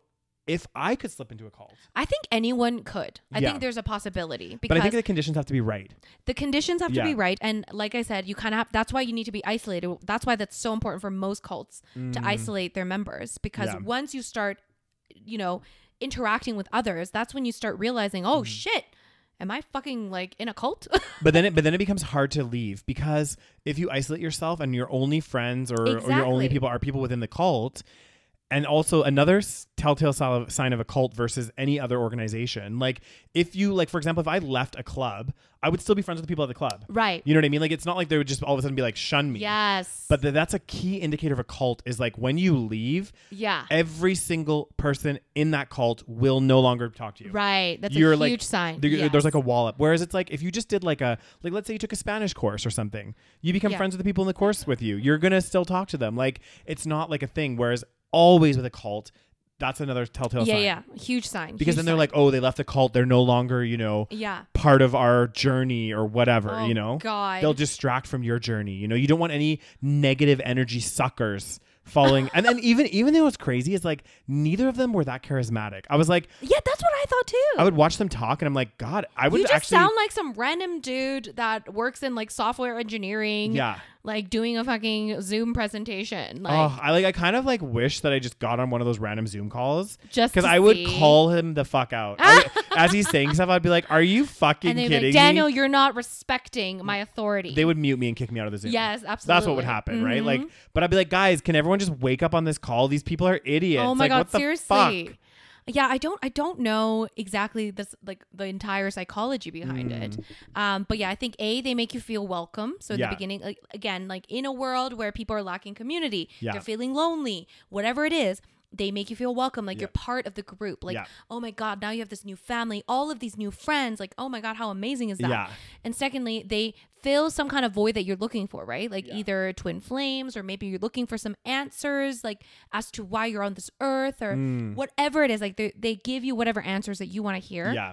[SPEAKER 1] if I could slip into a cult.
[SPEAKER 2] I think anyone could. I
[SPEAKER 1] Yeah.
[SPEAKER 2] think there's a possibility
[SPEAKER 1] But
[SPEAKER 2] because
[SPEAKER 1] I think the conditions have to be right.
[SPEAKER 2] the conditions have
[SPEAKER 1] Yeah.
[SPEAKER 2] to be right, and like I said, you kind of have. That's why you need to be isolated. That's why that's so important for most cults to isolate their members because
[SPEAKER 1] Mm. Yeah.
[SPEAKER 2] once you start, you know, interacting with others, that's when you start realizing,
[SPEAKER 1] Mm.
[SPEAKER 2] oh shit, am I fucking like in a cult?
[SPEAKER 1] But then it but then it becomes hard to leave because if you isolate yourself and your only friends or, or your only
[SPEAKER 2] Exactly.
[SPEAKER 1] people are people within the cult and also another s- telltale sol- sign of a cult versus any other organization like if you like for example if i left a club i would still be friends with the people at the club
[SPEAKER 2] right.
[SPEAKER 1] you know what i mean like it's not like they would just all of a sudden be like shun me
[SPEAKER 2] Yes.
[SPEAKER 1] but th- that's a key indicator of a cult is like when you leave
[SPEAKER 2] yeah.
[SPEAKER 1] every single person in that cult will no longer talk to you.
[SPEAKER 2] Right. That's
[SPEAKER 1] You're
[SPEAKER 2] a huge
[SPEAKER 1] like,
[SPEAKER 2] sign.
[SPEAKER 1] there-
[SPEAKER 2] Yes.
[SPEAKER 1] There's like a wall up. Whereas it's like if you just did like a like let's say you took a Spanish course or something, you become
[SPEAKER 2] Yeah.
[SPEAKER 1] friends with the people in the course with you. You're gonna still talk to them. Like it's not like a thing. Whereas always with a cult, that's another telltale
[SPEAKER 2] yeah,
[SPEAKER 1] sign.
[SPEAKER 2] yeah, huge sign.
[SPEAKER 1] Because
[SPEAKER 2] huge
[SPEAKER 1] then they're
[SPEAKER 2] sign.
[SPEAKER 1] like, oh, they left the cult. They're no longer you know
[SPEAKER 2] yeah.
[SPEAKER 1] part of our journey or whatever.
[SPEAKER 2] Oh,
[SPEAKER 1] you know,
[SPEAKER 2] God.
[SPEAKER 1] they'll distract from your journey. You know, you don't want any negative energy suckers falling. and then even even though it's crazy, it's like neither of them were that charismatic. I was like,
[SPEAKER 2] Yeah, that's what I thought too.
[SPEAKER 1] I would watch them talk, and I'm like, God, I would
[SPEAKER 2] you just
[SPEAKER 1] actually.
[SPEAKER 2] sound like some random dude that works in like software engineering.
[SPEAKER 1] Yeah.
[SPEAKER 2] Like doing a fucking Zoom presentation. Like
[SPEAKER 1] Oh, I like. I kind of like wish that I just got on one of those random Zoom calls,
[SPEAKER 2] Just
[SPEAKER 1] because
[SPEAKER 2] to
[SPEAKER 1] I would
[SPEAKER 2] see.
[SPEAKER 1] call him the fuck out I would- as he's saying stuff. I'd be like, "Are you fucking
[SPEAKER 2] and they're
[SPEAKER 1] kidding
[SPEAKER 2] like, Daniel,
[SPEAKER 1] me?"
[SPEAKER 2] you're not respecting my authority.
[SPEAKER 1] They would mute me and kick me out of the Zoom.
[SPEAKER 2] Yes,
[SPEAKER 1] That's what
[SPEAKER 2] absolutely.
[SPEAKER 1] would happen, right?
[SPEAKER 2] Mhm.
[SPEAKER 1] Like, but I'd be like, "Guys, can everyone just wake up on this call? These people are idiots."
[SPEAKER 2] oh my
[SPEAKER 1] Like,
[SPEAKER 2] god,
[SPEAKER 1] what the
[SPEAKER 2] seriously.
[SPEAKER 1] fuck?
[SPEAKER 2] Yeah, I don't I don't know exactly this like the entire psychology behind it. Um but yeah, I think A they make you feel welcome. So in
[SPEAKER 1] Mm. Yeah.
[SPEAKER 2] the beginning like, again, like in a world where people are lacking community,
[SPEAKER 1] Yeah.
[SPEAKER 2] they're feeling lonely, whatever it is, they make you feel welcome like
[SPEAKER 1] Yeah.
[SPEAKER 2] you're part of the group. Like,
[SPEAKER 1] Yeah.
[SPEAKER 2] oh my god, now you have this new family, all of these new friends. Like, oh my god, how amazing is that?
[SPEAKER 1] Yeah.
[SPEAKER 2] And secondly, they fill some kind of void that you're looking for, right? Like either twin flames or maybe you're looking for some answers like as to
[SPEAKER 1] Mm.
[SPEAKER 2] why you're on this earth or whatever it is. Like they, they give you whatever answers that you want to hear.
[SPEAKER 1] Yeah.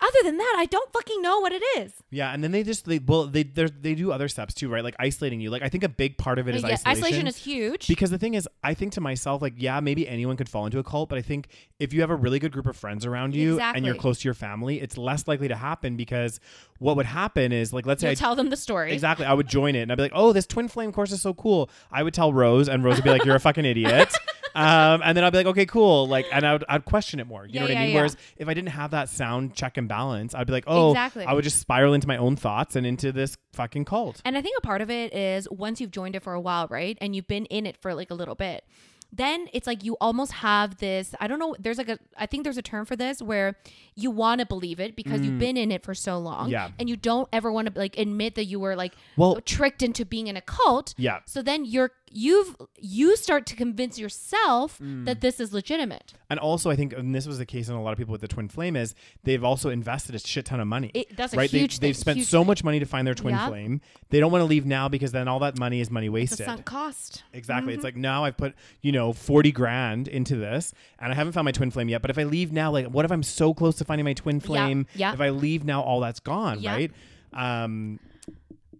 [SPEAKER 2] Other than that, I don't fucking know what it is.
[SPEAKER 1] Yeah, and then they just they well they they're- they do other steps too, right? Like isolating you. Like I think a big part of it is
[SPEAKER 2] Uh, Yeah,
[SPEAKER 1] isolation.
[SPEAKER 2] is huge.
[SPEAKER 1] because the thing is, I think to myself, like, yeah, maybe anyone could fall into a cult, but I think if you have a really good group of friends around you and you're
[SPEAKER 2] Exactly.
[SPEAKER 1] close to your family, it's less likely to happen because what would happen is, like, let's say
[SPEAKER 2] You'll
[SPEAKER 1] I
[SPEAKER 2] tell them the story.
[SPEAKER 1] Exactly. I would join it and I'd be like, oh, this twin flame course is so cool. I would tell Rose, and Rose would be like, you're a fucking idiot. Um, and then I'd be like, okay, cool. Like, and I would, I'd question it more. You
[SPEAKER 2] Yeah,
[SPEAKER 1] know what
[SPEAKER 2] yeah,
[SPEAKER 1] I mean?
[SPEAKER 2] yeah.
[SPEAKER 1] Whereas if I didn't have that sound check and balance, I'd be like, oh,
[SPEAKER 2] Exactly.
[SPEAKER 1] I would just spiral into my own thoughts and into this fucking cult.
[SPEAKER 2] And I think a part of it is once you've joined it for a while, right? And you've been in it for like a little bit, then it's like you almost have this I don't know, there's like a, I think there's a term for this where you want to believe it because you've been in it for so long.
[SPEAKER 1] Mm. Yeah.
[SPEAKER 2] And you don't ever want to like admit that you were like
[SPEAKER 1] Well-
[SPEAKER 2] tricked into being in a cult.
[SPEAKER 1] Yeah.
[SPEAKER 2] So then you're, you've, you start to convince yourself
[SPEAKER 1] Mm.
[SPEAKER 2] that this is legitimate.
[SPEAKER 1] And also, I think, and this was the case in a lot of people with the twin flame, is they've also invested a shit ton of money.
[SPEAKER 2] It- that's a
[SPEAKER 1] right?
[SPEAKER 2] huge
[SPEAKER 1] they,
[SPEAKER 2] thing,
[SPEAKER 1] They've spent
[SPEAKER 2] huge
[SPEAKER 1] so much money to find their twin
[SPEAKER 2] Yeah.
[SPEAKER 1] flame. They don't want to leave now because then all that money is money
[SPEAKER 2] It's a
[SPEAKER 1] wasted.
[SPEAKER 2] sunk cost.
[SPEAKER 1] Exactly.
[SPEAKER 2] Mm-hmm.
[SPEAKER 1] It's like now I've put, you know, 40 grand into this and I haven't found my twin flame yet. But if I leave now, like, what if I'm so close to finding my twin flame?
[SPEAKER 2] yeah.
[SPEAKER 1] If I leave now, all that's gone,
[SPEAKER 2] Yeah.
[SPEAKER 1] right? Um,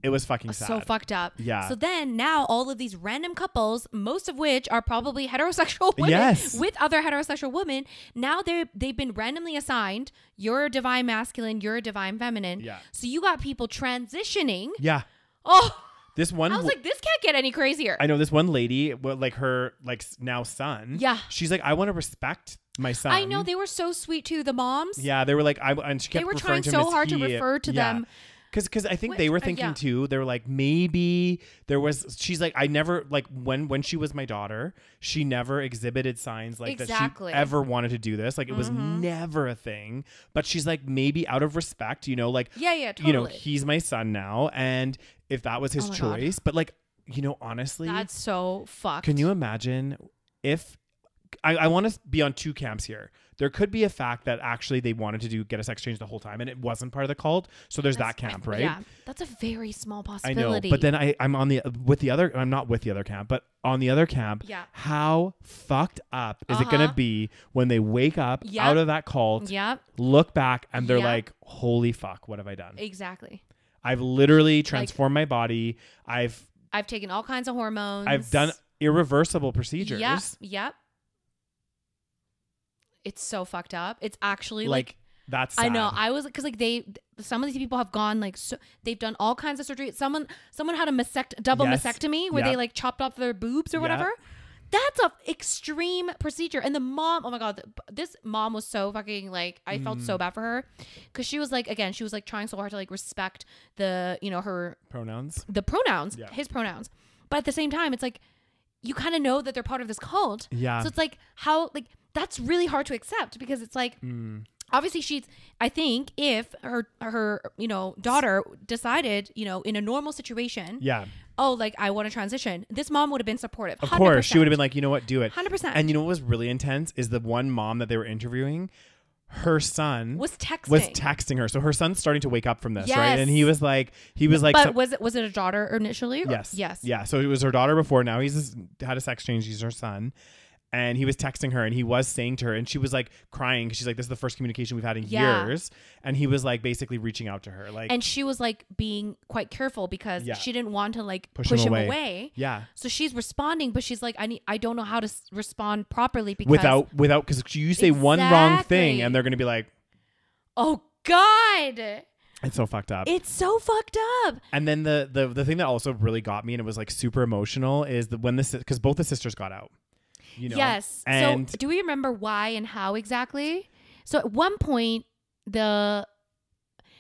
[SPEAKER 1] it was fucking sad.
[SPEAKER 2] so fucked up.
[SPEAKER 1] Yeah.
[SPEAKER 2] So then now all of these random couples, most of which are probably heterosexual women
[SPEAKER 1] Yes.
[SPEAKER 2] with other heterosexual women, now they they've been randomly assigned. You're a divine masculine. You're a divine feminine.
[SPEAKER 1] Yeah.
[SPEAKER 2] So you got people transitioning.
[SPEAKER 1] yeah.
[SPEAKER 2] Oh,
[SPEAKER 1] This one.
[SPEAKER 2] I was
[SPEAKER 1] w-
[SPEAKER 2] like, this can't get any crazier.
[SPEAKER 1] I know this one lady, well, like her, like s- now son.
[SPEAKER 2] Yeah.
[SPEAKER 1] She's like, I want to respect my son.
[SPEAKER 2] I know they were so sweet too. The moms.
[SPEAKER 1] Yeah, they were like, I and she
[SPEAKER 2] They
[SPEAKER 1] kept
[SPEAKER 2] were
[SPEAKER 1] referring
[SPEAKER 2] trying
[SPEAKER 1] to E.
[SPEAKER 2] so
[SPEAKER 1] him as
[SPEAKER 2] hard to
[SPEAKER 1] he.
[SPEAKER 2] refer to them.
[SPEAKER 1] Because, because I think
[SPEAKER 2] Which-
[SPEAKER 1] they were
[SPEAKER 2] uh,
[SPEAKER 1] thinking
[SPEAKER 2] yeah.
[SPEAKER 1] too. They were like, maybe there was. She's like, I never like when when she was my daughter, she never exhibited signs like
[SPEAKER 2] Exactly. Mm-hmm.
[SPEAKER 1] that she ever wanted to do this. Like it was never a thing. But she's like, maybe out of respect, you know, like
[SPEAKER 2] Yeah, yeah,
[SPEAKER 1] you know,
[SPEAKER 2] totally.
[SPEAKER 1] he's my son now, and if that was his
[SPEAKER 2] Oh my God.
[SPEAKER 1] choice, but like, you know, honestly,
[SPEAKER 2] That's so fucked.
[SPEAKER 1] can you imagine if I, I want to be on two camps here? There could be a fact that actually they wanted to do get a sex change the whole time and it wasn't part of the cult. So there's that camp, right?
[SPEAKER 2] Yeah. That's a very small
[SPEAKER 1] I know.
[SPEAKER 2] possibility.
[SPEAKER 1] But then I, I'm on the with the other I'm not with the other camp, but on the other camp,
[SPEAKER 2] Yeah.
[SPEAKER 1] how fucked up is it gonna
[SPEAKER 2] Uh-huh.
[SPEAKER 1] be when they wake up
[SPEAKER 2] Yep.
[SPEAKER 1] out of that cult,
[SPEAKER 2] Yep.
[SPEAKER 1] look back and they're
[SPEAKER 2] Yep.
[SPEAKER 1] like, Holy fuck, what have I done?
[SPEAKER 2] Exactly.
[SPEAKER 1] I've literally transformed my body. I've
[SPEAKER 2] I've taken all kinds of hormones.
[SPEAKER 1] I've done irreversible procedures.
[SPEAKER 2] Yep. Yep. It's so fucked up. It's actually like,
[SPEAKER 1] like that's
[SPEAKER 2] I know.
[SPEAKER 1] sad.
[SPEAKER 2] I was because like they some of these people have gone like so, they've done all kinds of surgery. Someone someone had a masect double
[SPEAKER 1] Yes.
[SPEAKER 2] mastectomy where they
[SPEAKER 1] Yep.
[SPEAKER 2] like chopped off their boobs or
[SPEAKER 1] Yep.
[SPEAKER 2] whatever. That's a extreme procedure. And the mom, oh my god, th- this mom was so fucking like I felt
[SPEAKER 1] Mm.
[SPEAKER 2] so bad for her because she was like again she was like trying so hard to like respect the you know her
[SPEAKER 1] pronouns.
[SPEAKER 2] the pronouns,
[SPEAKER 1] Yeah.
[SPEAKER 2] his pronouns. But at the same time, it's like you kind of know that they're part of this cult.
[SPEAKER 1] Yeah.
[SPEAKER 2] So it's like how like that's really hard to accept because it's like
[SPEAKER 1] Mm.
[SPEAKER 2] obviously she's I think if her her you know daughter decided you know in a normal situation
[SPEAKER 1] Yeah.
[SPEAKER 2] oh like I want to transition this mom would have been supportive
[SPEAKER 1] Of course, she would have been like, you know what, do it.
[SPEAKER 2] 100%.
[SPEAKER 1] And you know what was really intense is the one mom that they were interviewing, her son
[SPEAKER 2] was texting
[SPEAKER 1] was texting her. So her son's starting to wake up from this, right?
[SPEAKER 2] Yes.
[SPEAKER 1] And he was like, he was like,
[SPEAKER 2] but
[SPEAKER 1] some-
[SPEAKER 2] was it was it a daughter initially or-
[SPEAKER 1] yes,
[SPEAKER 2] yes
[SPEAKER 1] yeah. So it was her daughter before. Now he's his- had a sex change. He's her son. And he was texting her and he was saying to her, and she was like crying 'cause she's like, This is the first communication we've had in
[SPEAKER 2] Yeah.
[SPEAKER 1] years. And he was like basically reaching out to her. Like,
[SPEAKER 2] and she was like being quite careful because
[SPEAKER 1] Yeah.
[SPEAKER 2] she didn't want to like push,
[SPEAKER 1] Push him
[SPEAKER 2] him
[SPEAKER 1] away.
[SPEAKER 2] away
[SPEAKER 1] yeah.
[SPEAKER 2] So she's responding, but she's like, I need, I don't know how to s- respond properly because
[SPEAKER 1] Without, without, because you say one wrong thing
[SPEAKER 2] Exactly.
[SPEAKER 1] and they're going to be like,
[SPEAKER 2] Oh God,
[SPEAKER 1] It's so fucked up.
[SPEAKER 2] it's so fucked up.
[SPEAKER 1] And then the the the thing that also really got me and it was like super emotional is that when the because both the sisters got out. You know.
[SPEAKER 2] yes.
[SPEAKER 1] And
[SPEAKER 2] so do we remember why and how exactly? So at one point, the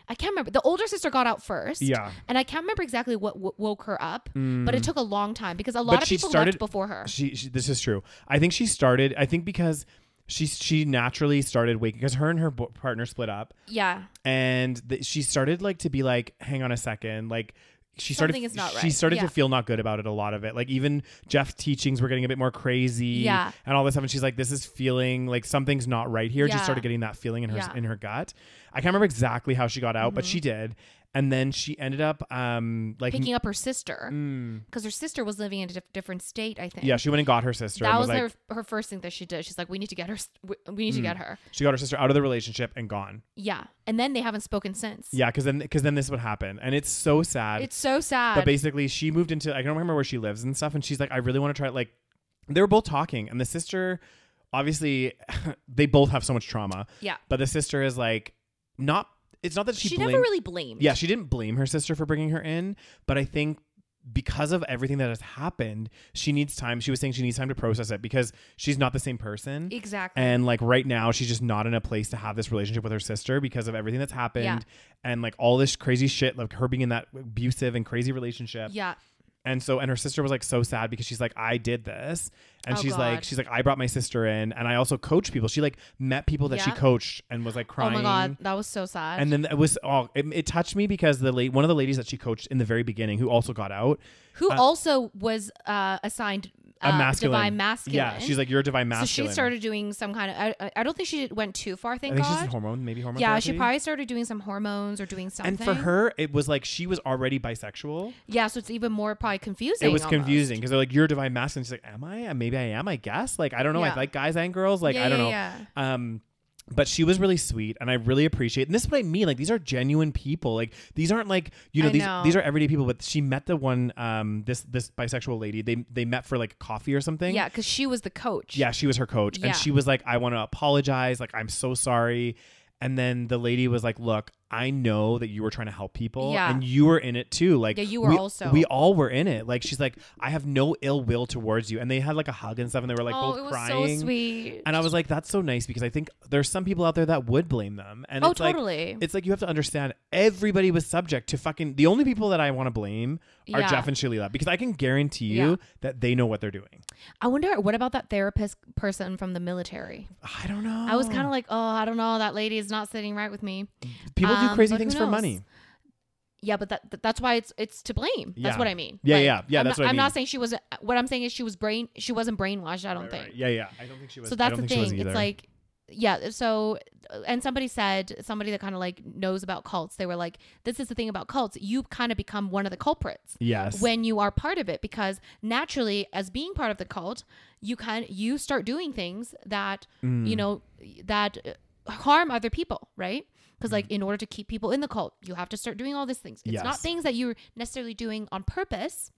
[SPEAKER 2] I can't remember. The older sister got out first.
[SPEAKER 1] yeah. Mm.
[SPEAKER 2] And I can't remember exactly what w- woke her up, but it took a long time because a lot
[SPEAKER 1] But
[SPEAKER 2] of
[SPEAKER 1] she
[SPEAKER 2] people
[SPEAKER 1] started-
[SPEAKER 2] left before her.
[SPEAKER 1] She, she this is true. I think she started I think because she she naturally started waking because her and her bo- partner split up
[SPEAKER 2] yeah.
[SPEAKER 1] and th- she started like to be like hang on a second like she started
[SPEAKER 2] Something is not
[SPEAKER 1] she
[SPEAKER 2] right.
[SPEAKER 1] started
[SPEAKER 2] Yeah.
[SPEAKER 1] to feel not good about it a lot of it like even jeff's teachings were getting a bit more crazy
[SPEAKER 2] Yeah.
[SPEAKER 1] and all this stuff and she's like this is feeling like something's not right here she
[SPEAKER 2] Yeah.
[SPEAKER 1] started getting that feeling in her
[SPEAKER 2] Yeah. Mm-hmm.
[SPEAKER 1] in her gut i can't remember exactly how she got out but she did and then she ended up um like Mm.
[SPEAKER 2] picking up her sister because her sister was living in a diff- different state. I think.
[SPEAKER 1] yeah, she went and got her sister.
[SPEAKER 2] That
[SPEAKER 1] and was
[SPEAKER 2] was
[SPEAKER 1] like, Mm.
[SPEAKER 2] her her first thing that she did. She's like, we need to get her. s- We, we need to get her.
[SPEAKER 1] She got her sister out of the relationship and gone.
[SPEAKER 2] Yeah, and then they haven't spoken since.
[SPEAKER 1] Yeah, because then because then this would happen, and it's so sad.
[SPEAKER 2] it's so sad.
[SPEAKER 1] but basically, she moved into I don't remember where she lives and stuff, and she's like, I really want to try. Like, they were both talking, and the sister, obviously, they both have so much trauma.
[SPEAKER 2] yeah,
[SPEAKER 1] But the sister is like, not. It's not that she,
[SPEAKER 2] she,
[SPEAKER 1] blamed.
[SPEAKER 2] never really blamed.
[SPEAKER 1] yeah, she didn't blame her sister for bringing her in, but I think because of everything that has happened, she needs time. She was saying she needs time to process it because she's not the same person.
[SPEAKER 2] exactly.
[SPEAKER 1] And like right now, she's just not in a place to have this relationship with her sister because of everything that's happened
[SPEAKER 2] Yeah.
[SPEAKER 1] and like all this crazy shit, like her being in that abusive and crazy relationship.
[SPEAKER 2] yeah,
[SPEAKER 1] And so, and her sister was like so sad because she's like, I did this. And
[SPEAKER 2] Oh,
[SPEAKER 1] she's like,
[SPEAKER 2] God.
[SPEAKER 1] she's like, I brought my sister in and I also coached people. She like met people that she
[SPEAKER 2] Yeah.
[SPEAKER 1] coached and was like crying.
[SPEAKER 2] oh my god, that was so sad.
[SPEAKER 1] And then it was, oh, it, it touched me because the late, one of the ladies that she coached in the very beginning who also got out,
[SPEAKER 2] who also was uh, assigned uh,
[SPEAKER 1] a masculine.
[SPEAKER 2] divine masculine.
[SPEAKER 1] Yeah. She's like, you're a divine
[SPEAKER 2] so
[SPEAKER 1] masculine.
[SPEAKER 2] she started doing some kind of. I- I, I don't think she went too far.
[SPEAKER 1] I
[SPEAKER 2] Thank
[SPEAKER 1] think
[SPEAKER 2] God.
[SPEAKER 1] she's in hormone, maybe hormone.
[SPEAKER 2] yeah, she
[SPEAKER 1] therapy.
[SPEAKER 2] probably started doing some hormones or doing something.
[SPEAKER 1] And for her, it was like she was already bisexual.
[SPEAKER 2] yeah, so it's even more probably confusing.
[SPEAKER 1] it was
[SPEAKER 2] almost.
[SPEAKER 1] confusing because they're like, "You're a divine masculine." She's like, "Am I? Uh, Maybe I am. I guess. Like, I don't know.
[SPEAKER 2] Yeah.
[SPEAKER 1] I like guys and girls. Like,
[SPEAKER 2] Yeah,
[SPEAKER 1] I don't
[SPEAKER 2] yeah,
[SPEAKER 1] know."
[SPEAKER 2] yeah.
[SPEAKER 1] Um, but she was really sweet, and I really appreciate. And this is what I mean. Like, these are genuine people. Like, these aren't like you know
[SPEAKER 2] I
[SPEAKER 1] these
[SPEAKER 2] know.
[SPEAKER 1] these are everyday people. But she met the one um this this bisexual lady. They they met for like coffee or something.
[SPEAKER 2] Yeah, because she was the coach.
[SPEAKER 1] Yeah, she was her coach.
[SPEAKER 2] Yeah.
[SPEAKER 1] And she was like, I want to apologize. Like, I'm so sorry. And then the lady was like, Look, I know that you were trying to help people.
[SPEAKER 2] Yeah.
[SPEAKER 1] And you were in it too. Like,
[SPEAKER 2] Yeah, you were
[SPEAKER 1] we,
[SPEAKER 2] also.
[SPEAKER 1] We all were in it. Like, she's like, I have no ill will towards you. And they had like a hug and stuff. And they were like
[SPEAKER 2] oh,
[SPEAKER 1] both
[SPEAKER 2] it was
[SPEAKER 1] crying.
[SPEAKER 2] so sweet.
[SPEAKER 1] And I was like, That's so nice because I think there's some people out there that would blame them. And
[SPEAKER 2] oh,
[SPEAKER 1] it's like,
[SPEAKER 2] totally.
[SPEAKER 1] it's like you have to understand everybody was subject to fucking the only people that I want to blame are
[SPEAKER 2] Yeah.
[SPEAKER 1] Jeff and Shalila because I can guarantee you
[SPEAKER 2] Yeah.
[SPEAKER 1] that they know what they're doing.
[SPEAKER 2] I wonder what about that therapist person from the military?
[SPEAKER 1] I don't know.
[SPEAKER 2] I was kind of like, oh, I don't know, that lady is not sitting right with me.
[SPEAKER 1] People do
[SPEAKER 2] Um,
[SPEAKER 1] crazy
[SPEAKER 2] but
[SPEAKER 1] things
[SPEAKER 2] who
[SPEAKER 1] for
[SPEAKER 2] knows?
[SPEAKER 1] money.
[SPEAKER 2] Yeah, but that, that's why it's it's to blame. That's
[SPEAKER 1] Yeah.
[SPEAKER 2] what I mean.
[SPEAKER 1] Yeah, yeah, yeah,
[SPEAKER 2] I'm
[SPEAKER 1] that's
[SPEAKER 2] not,
[SPEAKER 1] what I
[SPEAKER 2] am not
[SPEAKER 1] mean.
[SPEAKER 2] saying she was. What I'm saying is she was brain. She wasn't brainwashed. I don't think.
[SPEAKER 1] Yeah, yeah. I don't think she was.
[SPEAKER 2] So
[SPEAKER 1] I
[SPEAKER 2] that's
[SPEAKER 1] don't
[SPEAKER 2] the
[SPEAKER 1] think she was
[SPEAKER 2] thing. It's
[SPEAKER 1] either.
[SPEAKER 2] like, yeah. uh, So, and somebody said, somebody that kind of like knows about cults, they were like, this is the thing about cults. You kind of become one of the culprits
[SPEAKER 1] yes,
[SPEAKER 2] when you are part of it because naturally as being part of the cult you can you start doing things that
[SPEAKER 1] Mm.
[SPEAKER 2] you know that uh, harm other people right because like in order to keep people in the cult you have to start doing all these things it's not
[SPEAKER 1] Mm. Yes. Mm.
[SPEAKER 2] things that you're necessarily doing on purpose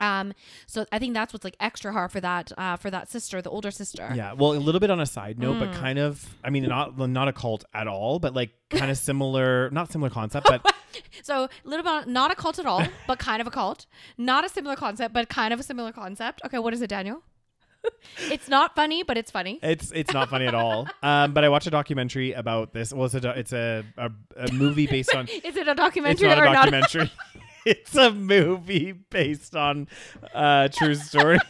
[SPEAKER 2] um so i think that's what's like extra hard for that uh for that sister the older sister
[SPEAKER 1] yeah. Well, a little bit on a side note,
[SPEAKER 2] Mm.
[SPEAKER 1] but kind of. I mean, not not a cult at all, but like kind of similar, not similar concept, but
[SPEAKER 2] so a little bit not a cult at all but kind of a cult not a similar concept but kind of a similar concept okay what is it daniel it's not funny but it's funny
[SPEAKER 1] it's it's not funny at all. Um, but I watched a documentary about this. Well, it's a do- it's a a, a movie based on.
[SPEAKER 2] Is it a
[SPEAKER 1] It's
[SPEAKER 2] documentary
[SPEAKER 1] not a
[SPEAKER 2] or not?
[SPEAKER 1] documentary. it's a movie based on uh, true story.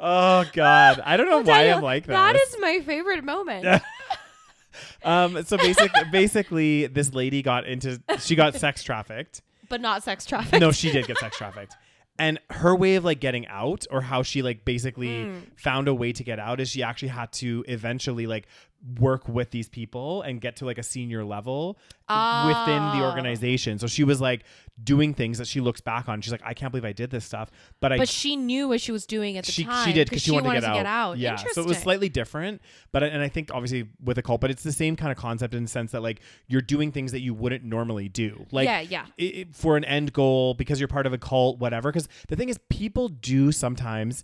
[SPEAKER 1] Oh God! I don't know
[SPEAKER 2] I'll
[SPEAKER 1] why
[SPEAKER 2] tell you,
[SPEAKER 1] I'm like that.
[SPEAKER 2] That is my favorite moment.
[SPEAKER 1] Um, so basic, basically, this lady got into she got sex trafficked.
[SPEAKER 2] But not sex trafficking.
[SPEAKER 1] No, she did get sex trafficked, and her way of like getting out, or how she like basically
[SPEAKER 2] Hmm.
[SPEAKER 1] found a way to get out, is she actually had to eventually like work with these people and get to like a senior level within the
[SPEAKER 2] Ah.
[SPEAKER 1] organization. So she was like doing things that she looks back on. She's like, I can't believe I did this stuff, but I
[SPEAKER 2] But she knew what she was doing at the
[SPEAKER 1] she,
[SPEAKER 2] time.
[SPEAKER 1] she did because she, wanted, to, get out. Yeah,
[SPEAKER 2] Interesting.
[SPEAKER 1] so it was slightly different, but and I think obviously with a cult, but it's the same kind of concept in the sense that like you're doing things that you wouldn't normally do, like
[SPEAKER 2] Yeah, yeah.
[SPEAKER 1] i- i- for an end goal because you're part of a cult, whatever. Because the thing is, people do sometimes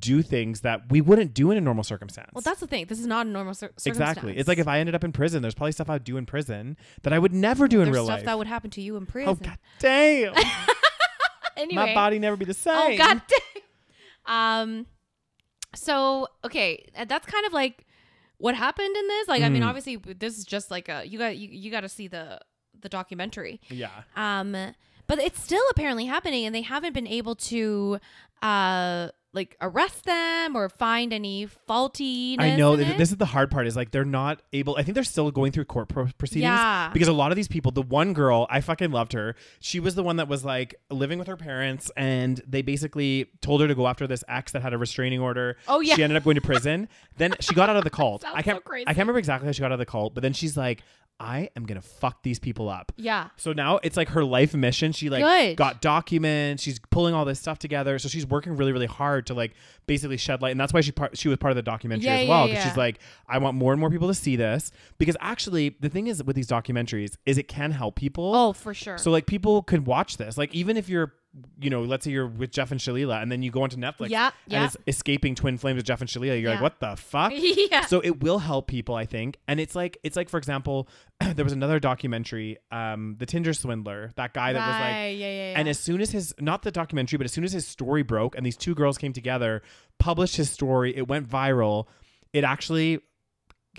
[SPEAKER 1] do things that we wouldn't do in a normal circumstance.
[SPEAKER 2] Well, that's the thing. This is not a normal cir- circumstance.
[SPEAKER 1] exactly. It's like if I ended up in prison, there's probably stuff I'd do in prison that I would never do in
[SPEAKER 2] There's
[SPEAKER 1] real
[SPEAKER 2] stuff
[SPEAKER 1] life.
[SPEAKER 2] that would happen to you in prison.
[SPEAKER 1] oh god damn!
[SPEAKER 2] anyway.
[SPEAKER 1] My body never be the same.
[SPEAKER 2] Oh god damn. Um so okay, uh, that's kind of like what happened in this. Like I
[SPEAKER 1] Mm.
[SPEAKER 2] mean, obviously this is just like a you got you, you got to see the the documentary.
[SPEAKER 1] Yeah.
[SPEAKER 2] Um, but it's still apparently happening, and they haven't been able to, uh, like arrest them or find any faultiness.
[SPEAKER 1] I know
[SPEAKER 2] in
[SPEAKER 1] th-
[SPEAKER 2] it.
[SPEAKER 1] this is the hard part is like they're not able. I think they're still going through court pro- proceedings
[SPEAKER 2] Yeah.
[SPEAKER 1] because a lot of these people. The one girl I fucking loved her. She was the one that was like living with her parents, and they basically told her to go after this ex that had a restraining order.
[SPEAKER 2] Oh, yeah.
[SPEAKER 1] she ended up going to prison. then she got out of the cult.
[SPEAKER 2] Sounds
[SPEAKER 1] I can't.
[SPEAKER 2] so crazy.
[SPEAKER 1] I can't remember exactly how she got out of the cult, but then she's like, I am gonna fuck these people up.
[SPEAKER 2] Yeah.
[SPEAKER 1] So now it's like her life mission. She like
[SPEAKER 2] Good.
[SPEAKER 1] got documents. She's pulling all this stuff together. So she's working really, really hard to like basically shed light, and that's why she part, she was part of the documentary
[SPEAKER 2] Yeah,
[SPEAKER 1] as
[SPEAKER 2] yeah,
[SPEAKER 1] well. Because
[SPEAKER 2] yeah.
[SPEAKER 1] she's like, I want more and more people to see this. Because actually, the thing is with these documentaries is it can help people.
[SPEAKER 2] Oh, for sure.
[SPEAKER 1] So like people could watch this. Like even if you're you know, let's say you're with Jeff and Shalila and then you go onto Netflix
[SPEAKER 2] Yeah, yeah.
[SPEAKER 1] and it's escaping twin flames with Jeff and Shalila, you're
[SPEAKER 2] Yeah.
[SPEAKER 1] like, what the fuck?
[SPEAKER 2] yeah.
[SPEAKER 1] So it will help people, I think. And it's like it's like for example, there was another documentary, um, The Tinder Swindler, that guy that was like
[SPEAKER 2] Right, yeah, yeah, yeah.
[SPEAKER 1] and as soon as his not the documentary, but as soon as his story broke and these two girls came together, published his story, it went viral. It actually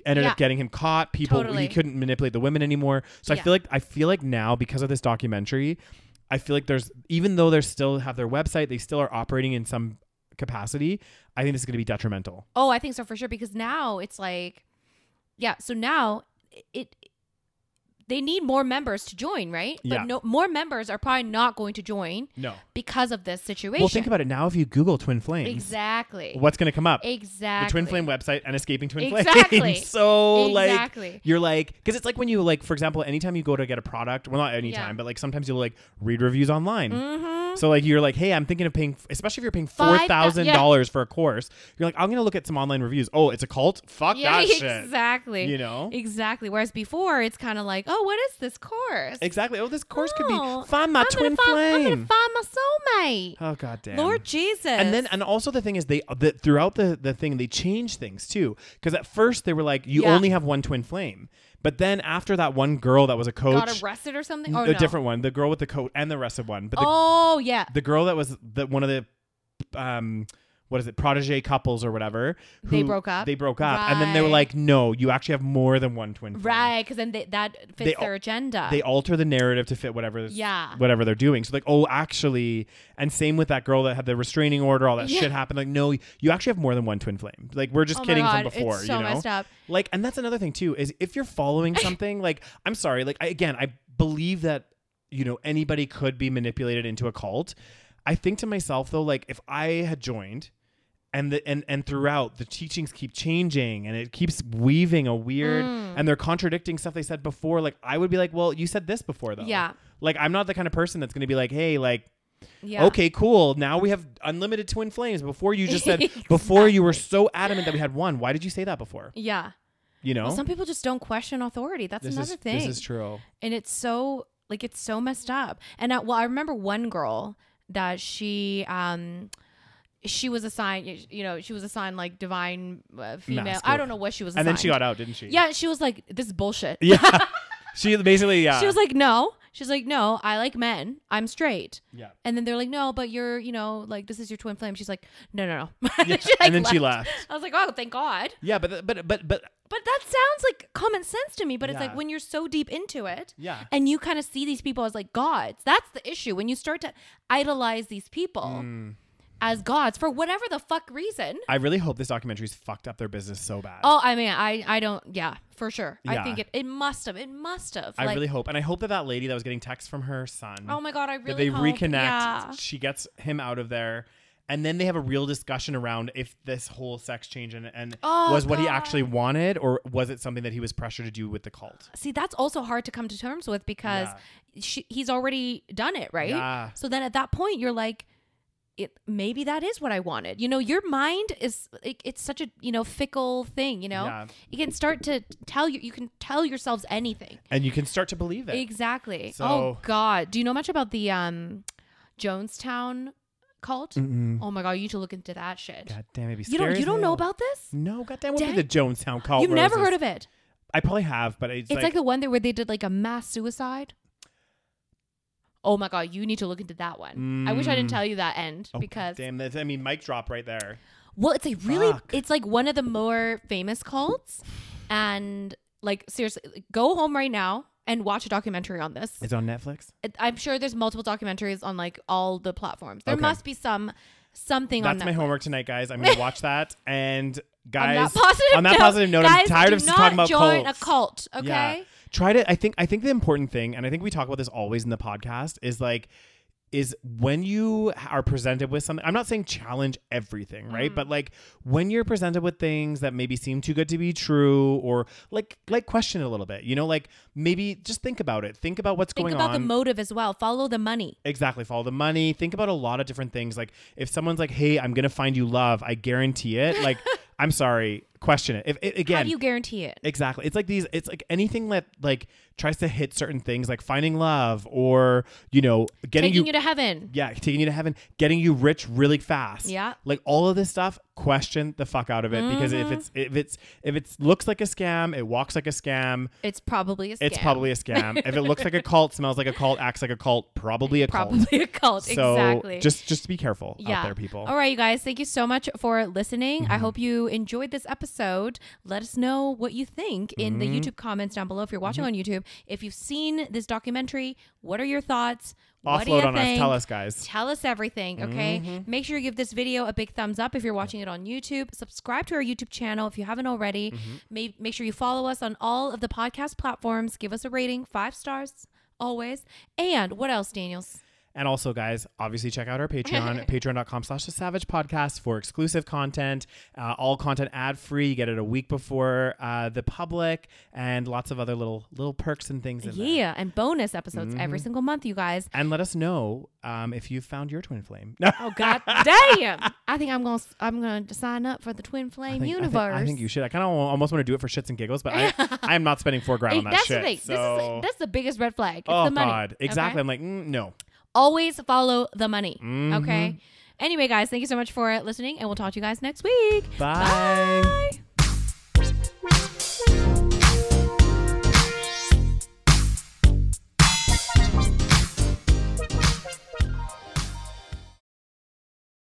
[SPEAKER 1] ended
[SPEAKER 2] Yeah.
[SPEAKER 1] up getting him caught. People
[SPEAKER 2] Totally.
[SPEAKER 1] he couldn't manipulate the women anymore. So
[SPEAKER 2] Yeah.
[SPEAKER 1] I feel like I feel like now because of this documentary, I feel like there's even though they're still have their website, they still are operating in some capacity. I think this is going to be detrimental.
[SPEAKER 2] Oh, I think so for sure because now it's like, yeah. So now it, they need more members to join, right?
[SPEAKER 1] Yeah.
[SPEAKER 2] But no, more members are probably not going to join
[SPEAKER 1] No.
[SPEAKER 2] because of this situation.
[SPEAKER 1] Well, think about it now. If you Google twin flames,
[SPEAKER 2] exactly.
[SPEAKER 1] what's going to come up?
[SPEAKER 2] Exactly.
[SPEAKER 1] The twin flame website and escaping twin
[SPEAKER 2] Exactly.
[SPEAKER 1] flames. so like
[SPEAKER 2] exactly.
[SPEAKER 1] You're like, because it's like when you like, for example, anytime you go to get a product, well, not anytime,
[SPEAKER 2] Yeah.
[SPEAKER 1] but like sometimes you'll like read reviews online.
[SPEAKER 2] hmm
[SPEAKER 1] So like you're like, hey, I'm thinking of paying, especially if you're paying four
[SPEAKER 2] Five thou-
[SPEAKER 1] thousand dollars for a course. You're like, I'm gonna look at some online reviews. Oh, it's a cult. Fuck
[SPEAKER 2] Yeah,
[SPEAKER 1] that shit.
[SPEAKER 2] exactly.
[SPEAKER 1] You know.
[SPEAKER 2] Exactly. Whereas before, it's kind of like, oh, what is this course?
[SPEAKER 1] Exactly. Oh, this course could
[SPEAKER 2] Oh,
[SPEAKER 1] be find my
[SPEAKER 2] I'm
[SPEAKER 1] twin
[SPEAKER 2] gonna find, I'm
[SPEAKER 1] flame.
[SPEAKER 2] gonna find my soulmate.
[SPEAKER 1] oh god damn.
[SPEAKER 2] Lord Jesus.
[SPEAKER 1] And then, uh, and also the thing is, they the, throughout the the thing they change things too. Because at first they were like, you
[SPEAKER 2] Yeah.
[SPEAKER 1] only have one twin flame, but then after that one girl that was a
[SPEAKER 2] got
[SPEAKER 1] coach,
[SPEAKER 2] arrested or something. Oh
[SPEAKER 1] a
[SPEAKER 2] no.
[SPEAKER 1] different one, the girl with the coat and the rest of one, but the
[SPEAKER 2] oh yeah.
[SPEAKER 1] the girl that was the one of the um what is it protege couples or whatever
[SPEAKER 2] They broke up?
[SPEAKER 1] they broke up and then they were
[SPEAKER 2] Right.
[SPEAKER 1] like no you actually have more than one twin flame."
[SPEAKER 2] Right, because then they, that fits
[SPEAKER 1] They al-
[SPEAKER 2] their agenda.
[SPEAKER 1] they alter the narrative to fit whatever
[SPEAKER 2] Yeah.
[SPEAKER 1] whatever they're doing so like oh actually and same with that girl that had the restraining order all that
[SPEAKER 2] Yeah.
[SPEAKER 1] shit happened like no you actually have more than one twin flame like we're just
[SPEAKER 2] Oh my
[SPEAKER 1] kidding
[SPEAKER 2] God,
[SPEAKER 1] from before
[SPEAKER 2] it's so
[SPEAKER 1] you know
[SPEAKER 2] messed up.
[SPEAKER 1] like and that's another thing too is if you're following something like i'm sorry like I, again i believe that you know anybody could be manipulated into a cult i think to myself though like if i had joined and the and and throughout the teachings keep changing and it keeps weaving a weird
[SPEAKER 2] Mm.
[SPEAKER 1] and they're contradicting stuff they said before like i would be like well you said this before though
[SPEAKER 2] Yeah.
[SPEAKER 1] like i'm not the kind of person that's going to be like hey like
[SPEAKER 2] yeah.
[SPEAKER 1] okay cool now we have unlimited twin flames before you just said before you were so adamant that we had one why did you say that before
[SPEAKER 2] Yeah.
[SPEAKER 1] you know
[SPEAKER 2] Well, some people just don't question authority. That's another
[SPEAKER 1] is,
[SPEAKER 2] thing.
[SPEAKER 1] This is true.
[SPEAKER 2] and it's so like it's so messed up and I, well i remember one girl that she um she was assigned you know she was assigned like divine uh, female i
[SPEAKER 1] Masculine.
[SPEAKER 2] don't know what she was
[SPEAKER 1] And
[SPEAKER 2] assigned
[SPEAKER 1] then she got out, didn't she?
[SPEAKER 2] yeah she was like this is bullshit
[SPEAKER 1] Yeah. she basically yeah.
[SPEAKER 2] she was like no she's like no i like men i'm straight
[SPEAKER 1] yeah.
[SPEAKER 2] and then they're like no but you're you know like this is your twin flame she's like no no no
[SPEAKER 1] Yeah.
[SPEAKER 2] She, like,
[SPEAKER 1] and then she left.
[SPEAKER 2] i was like oh thank god
[SPEAKER 1] Yeah, but but but but
[SPEAKER 2] but that sounds like common sense to me but it's
[SPEAKER 1] Yeah.
[SPEAKER 2] like when you're so deep into it
[SPEAKER 1] yeah.
[SPEAKER 2] and you kind of see these people as like gods. That's the issue when you start to idolize these people
[SPEAKER 1] Mm.
[SPEAKER 2] as gods for whatever the fuck reason.
[SPEAKER 1] I really hope this documentary's fucked up their business so bad.
[SPEAKER 2] Oh, I mean, I I don't. Yeah, for sure. I
[SPEAKER 1] Yeah.
[SPEAKER 2] think it it must have. It must have.
[SPEAKER 1] I
[SPEAKER 2] like,
[SPEAKER 1] really hope, and I hope that that lady that was getting texts from her son,
[SPEAKER 2] Oh my god, I
[SPEAKER 1] that
[SPEAKER 2] really.
[SPEAKER 1] they
[SPEAKER 2] hope-
[SPEAKER 1] reconnect.
[SPEAKER 2] Yeah.
[SPEAKER 1] She gets him out of there, and then they have a real discussion around if this whole sex change and, and
[SPEAKER 2] Oh,
[SPEAKER 1] was what he
[SPEAKER 2] God.
[SPEAKER 1] actually wanted, or was it something that he was pressured to do with the cult?
[SPEAKER 2] See, that's also hard to come to terms with because she, he's already done it, right?
[SPEAKER 1] Yeah.
[SPEAKER 2] So then at that point, you're like. It, maybe that is what I wanted. You know, your mind is it, it's such a you know fickle thing. You know,
[SPEAKER 1] Yeah.
[SPEAKER 2] you can start to tell you you can tell yourselves anything.
[SPEAKER 1] And you can start to believe it.
[SPEAKER 2] Exactly. oh
[SPEAKER 1] So-
[SPEAKER 2] God, do you know much about the um, Jonestown cult?
[SPEAKER 1] Mm-mm.
[SPEAKER 2] Oh my God, you need to look into that shit.
[SPEAKER 1] God damn, it'd be
[SPEAKER 2] you don't
[SPEAKER 1] scary
[SPEAKER 2] you
[SPEAKER 1] as
[SPEAKER 2] don't know
[SPEAKER 1] hell.
[SPEAKER 2] about this?
[SPEAKER 1] No, goddamn, what would
[SPEAKER 2] Dang.
[SPEAKER 1] be the Jonestown cult?
[SPEAKER 2] You've never
[SPEAKER 1] roses?
[SPEAKER 2] heard of it.
[SPEAKER 1] I probably have, but it's,
[SPEAKER 2] It's like, the one that where they did like a mass suicide. Oh my God, you need to look into that one. I wish I didn't
[SPEAKER 1] Mm.
[SPEAKER 2] tell you that end
[SPEAKER 1] Oh,
[SPEAKER 2] because
[SPEAKER 1] damn, that's I mean, mic drop right there.
[SPEAKER 2] well, it's a really
[SPEAKER 1] Fuck.
[SPEAKER 2] it's like one of the more famous cults, and like seriously, like, go home right now and watch a documentary on this.
[SPEAKER 1] It's on Netflix.
[SPEAKER 2] it- I'm sure there's multiple documentaries on like all the platforms. There
[SPEAKER 1] Okay.
[SPEAKER 2] must be some something on
[SPEAKER 1] That's
[SPEAKER 2] that.
[SPEAKER 1] my homework tonight, guys. I'm gonna watch that. And
[SPEAKER 2] on
[SPEAKER 1] guys,
[SPEAKER 2] that positive
[SPEAKER 1] on that
[SPEAKER 2] note,
[SPEAKER 1] positive note,
[SPEAKER 2] guys,
[SPEAKER 1] I'm tired
[SPEAKER 2] do
[SPEAKER 1] of us
[SPEAKER 2] not
[SPEAKER 1] talking about
[SPEAKER 2] join
[SPEAKER 1] cults.
[SPEAKER 2] a cult. Okay,
[SPEAKER 1] Yeah. Try to. I think. I think the important thing, and I think we talk about this always in the podcast, is like is when you are presented with something, I'm not saying challenge everything,
[SPEAKER 2] Mm.
[SPEAKER 1] right? But like when you're presented with things that maybe seem too good to be true or like like question it a little bit. You know, like maybe just think about it. Think about what's
[SPEAKER 2] Think
[SPEAKER 1] going
[SPEAKER 2] about
[SPEAKER 1] on.
[SPEAKER 2] the motive as well. Follow the money.
[SPEAKER 1] Exactly. Follow the money. Think about a lot of different things. Like if someone's like, "Hey, I'm gonna find you love," I guarantee it. Like, I'm sorry. Question it. If it,
[SPEAKER 2] How
[SPEAKER 1] again,
[SPEAKER 2] do you guarantee it?
[SPEAKER 1] exactly. It's like these. It's like anything that like tries to hit certain things, like finding love or you know getting
[SPEAKER 2] Taking
[SPEAKER 1] you.
[SPEAKER 2] you to heaven.
[SPEAKER 1] yeah, taking you to heaven, getting you rich really fast.
[SPEAKER 2] Yeah. Mm-hmm.
[SPEAKER 1] like all of this stuff. Question the fuck out of it because if it's if it's if it looks like a scam, it walks like a scam.
[SPEAKER 2] It's probably a scam.
[SPEAKER 1] It's probably a scam. if it looks like a cult, smells like a cult, acts like a cult, probably a cult.
[SPEAKER 2] probably a cult.
[SPEAKER 1] So
[SPEAKER 2] exactly.
[SPEAKER 1] just just be careful out there, people. Mm-hmm.
[SPEAKER 2] All right, you guys. Thank you so much for listening. I hope you enjoyed this episode. Let us know what you think in
[SPEAKER 1] Mm-hmm.
[SPEAKER 2] the YouTube comments down below if you're watching on YouTube. If you've seen this documentary, what are your thoughts? what do you
[SPEAKER 1] Offload on
[SPEAKER 2] think?
[SPEAKER 1] us. Tell us, guys.
[SPEAKER 2] Tell us everything, okay?
[SPEAKER 1] Mm-hmm.
[SPEAKER 2] Make sure you give this video a big thumbs up if you're watching it on YouTube. Subscribe to our YouTube channel if you haven't already.
[SPEAKER 1] Mm-hmm.
[SPEAKER 2] May- make sure you follow us on all of the podcast platforms. Give us a rating, five stars, always. And what else, Daniels?
[SPEAKER 1] And also, guys, obviously check out our Patreon, patreon.com slash the savage podcast for exclusive content, uh, all content ad free. You get it a week before uh, the public and lots of other little little perks and things in there.
[SPEAKER 2] Yeah, and bonus episodes
[SPEAKER 1] Mm-hmm.
[SPEAKER 2] every single month, you guys.
[SPEAKER 1] And let us know um, if you found your twin flame. No,
[SPEAKER 2] Oh God damn! I think I'm gonna I'm gonna sign up for the Twin Flame
[SPEAKER 1] I think- I think-
[SPEAKER 2] universe.
[SPEAKER 1] I think, you should. I kind of almost want to do it for shits and giggles, but I, I am not spending four grand
[SPEAKER 2] Hey,
[SPEAKER 1] on that
[SPEAKER 2] that's
[SPEAKER 1] shit.
[SPEAKER 2] the thing. This
[SPEAKER 1] so-
[SPEAKER 2] is, that's the biggest red flag. It's
[SPEAKER 1] oh,
[SPEAKER 2] the money.
[SPEAKER 1] God.
[SPEAKER 2] okay?
[SPEAKER 1] Exactly. I'm like, mm, no.
[SPEAKER 2] Always follow the money. Okay. Anyway, guys, thank you so much for listening, and we'll talk to you guys next week.
[SPEAKER 1] Bye.
[SPEAKER 2] Bye.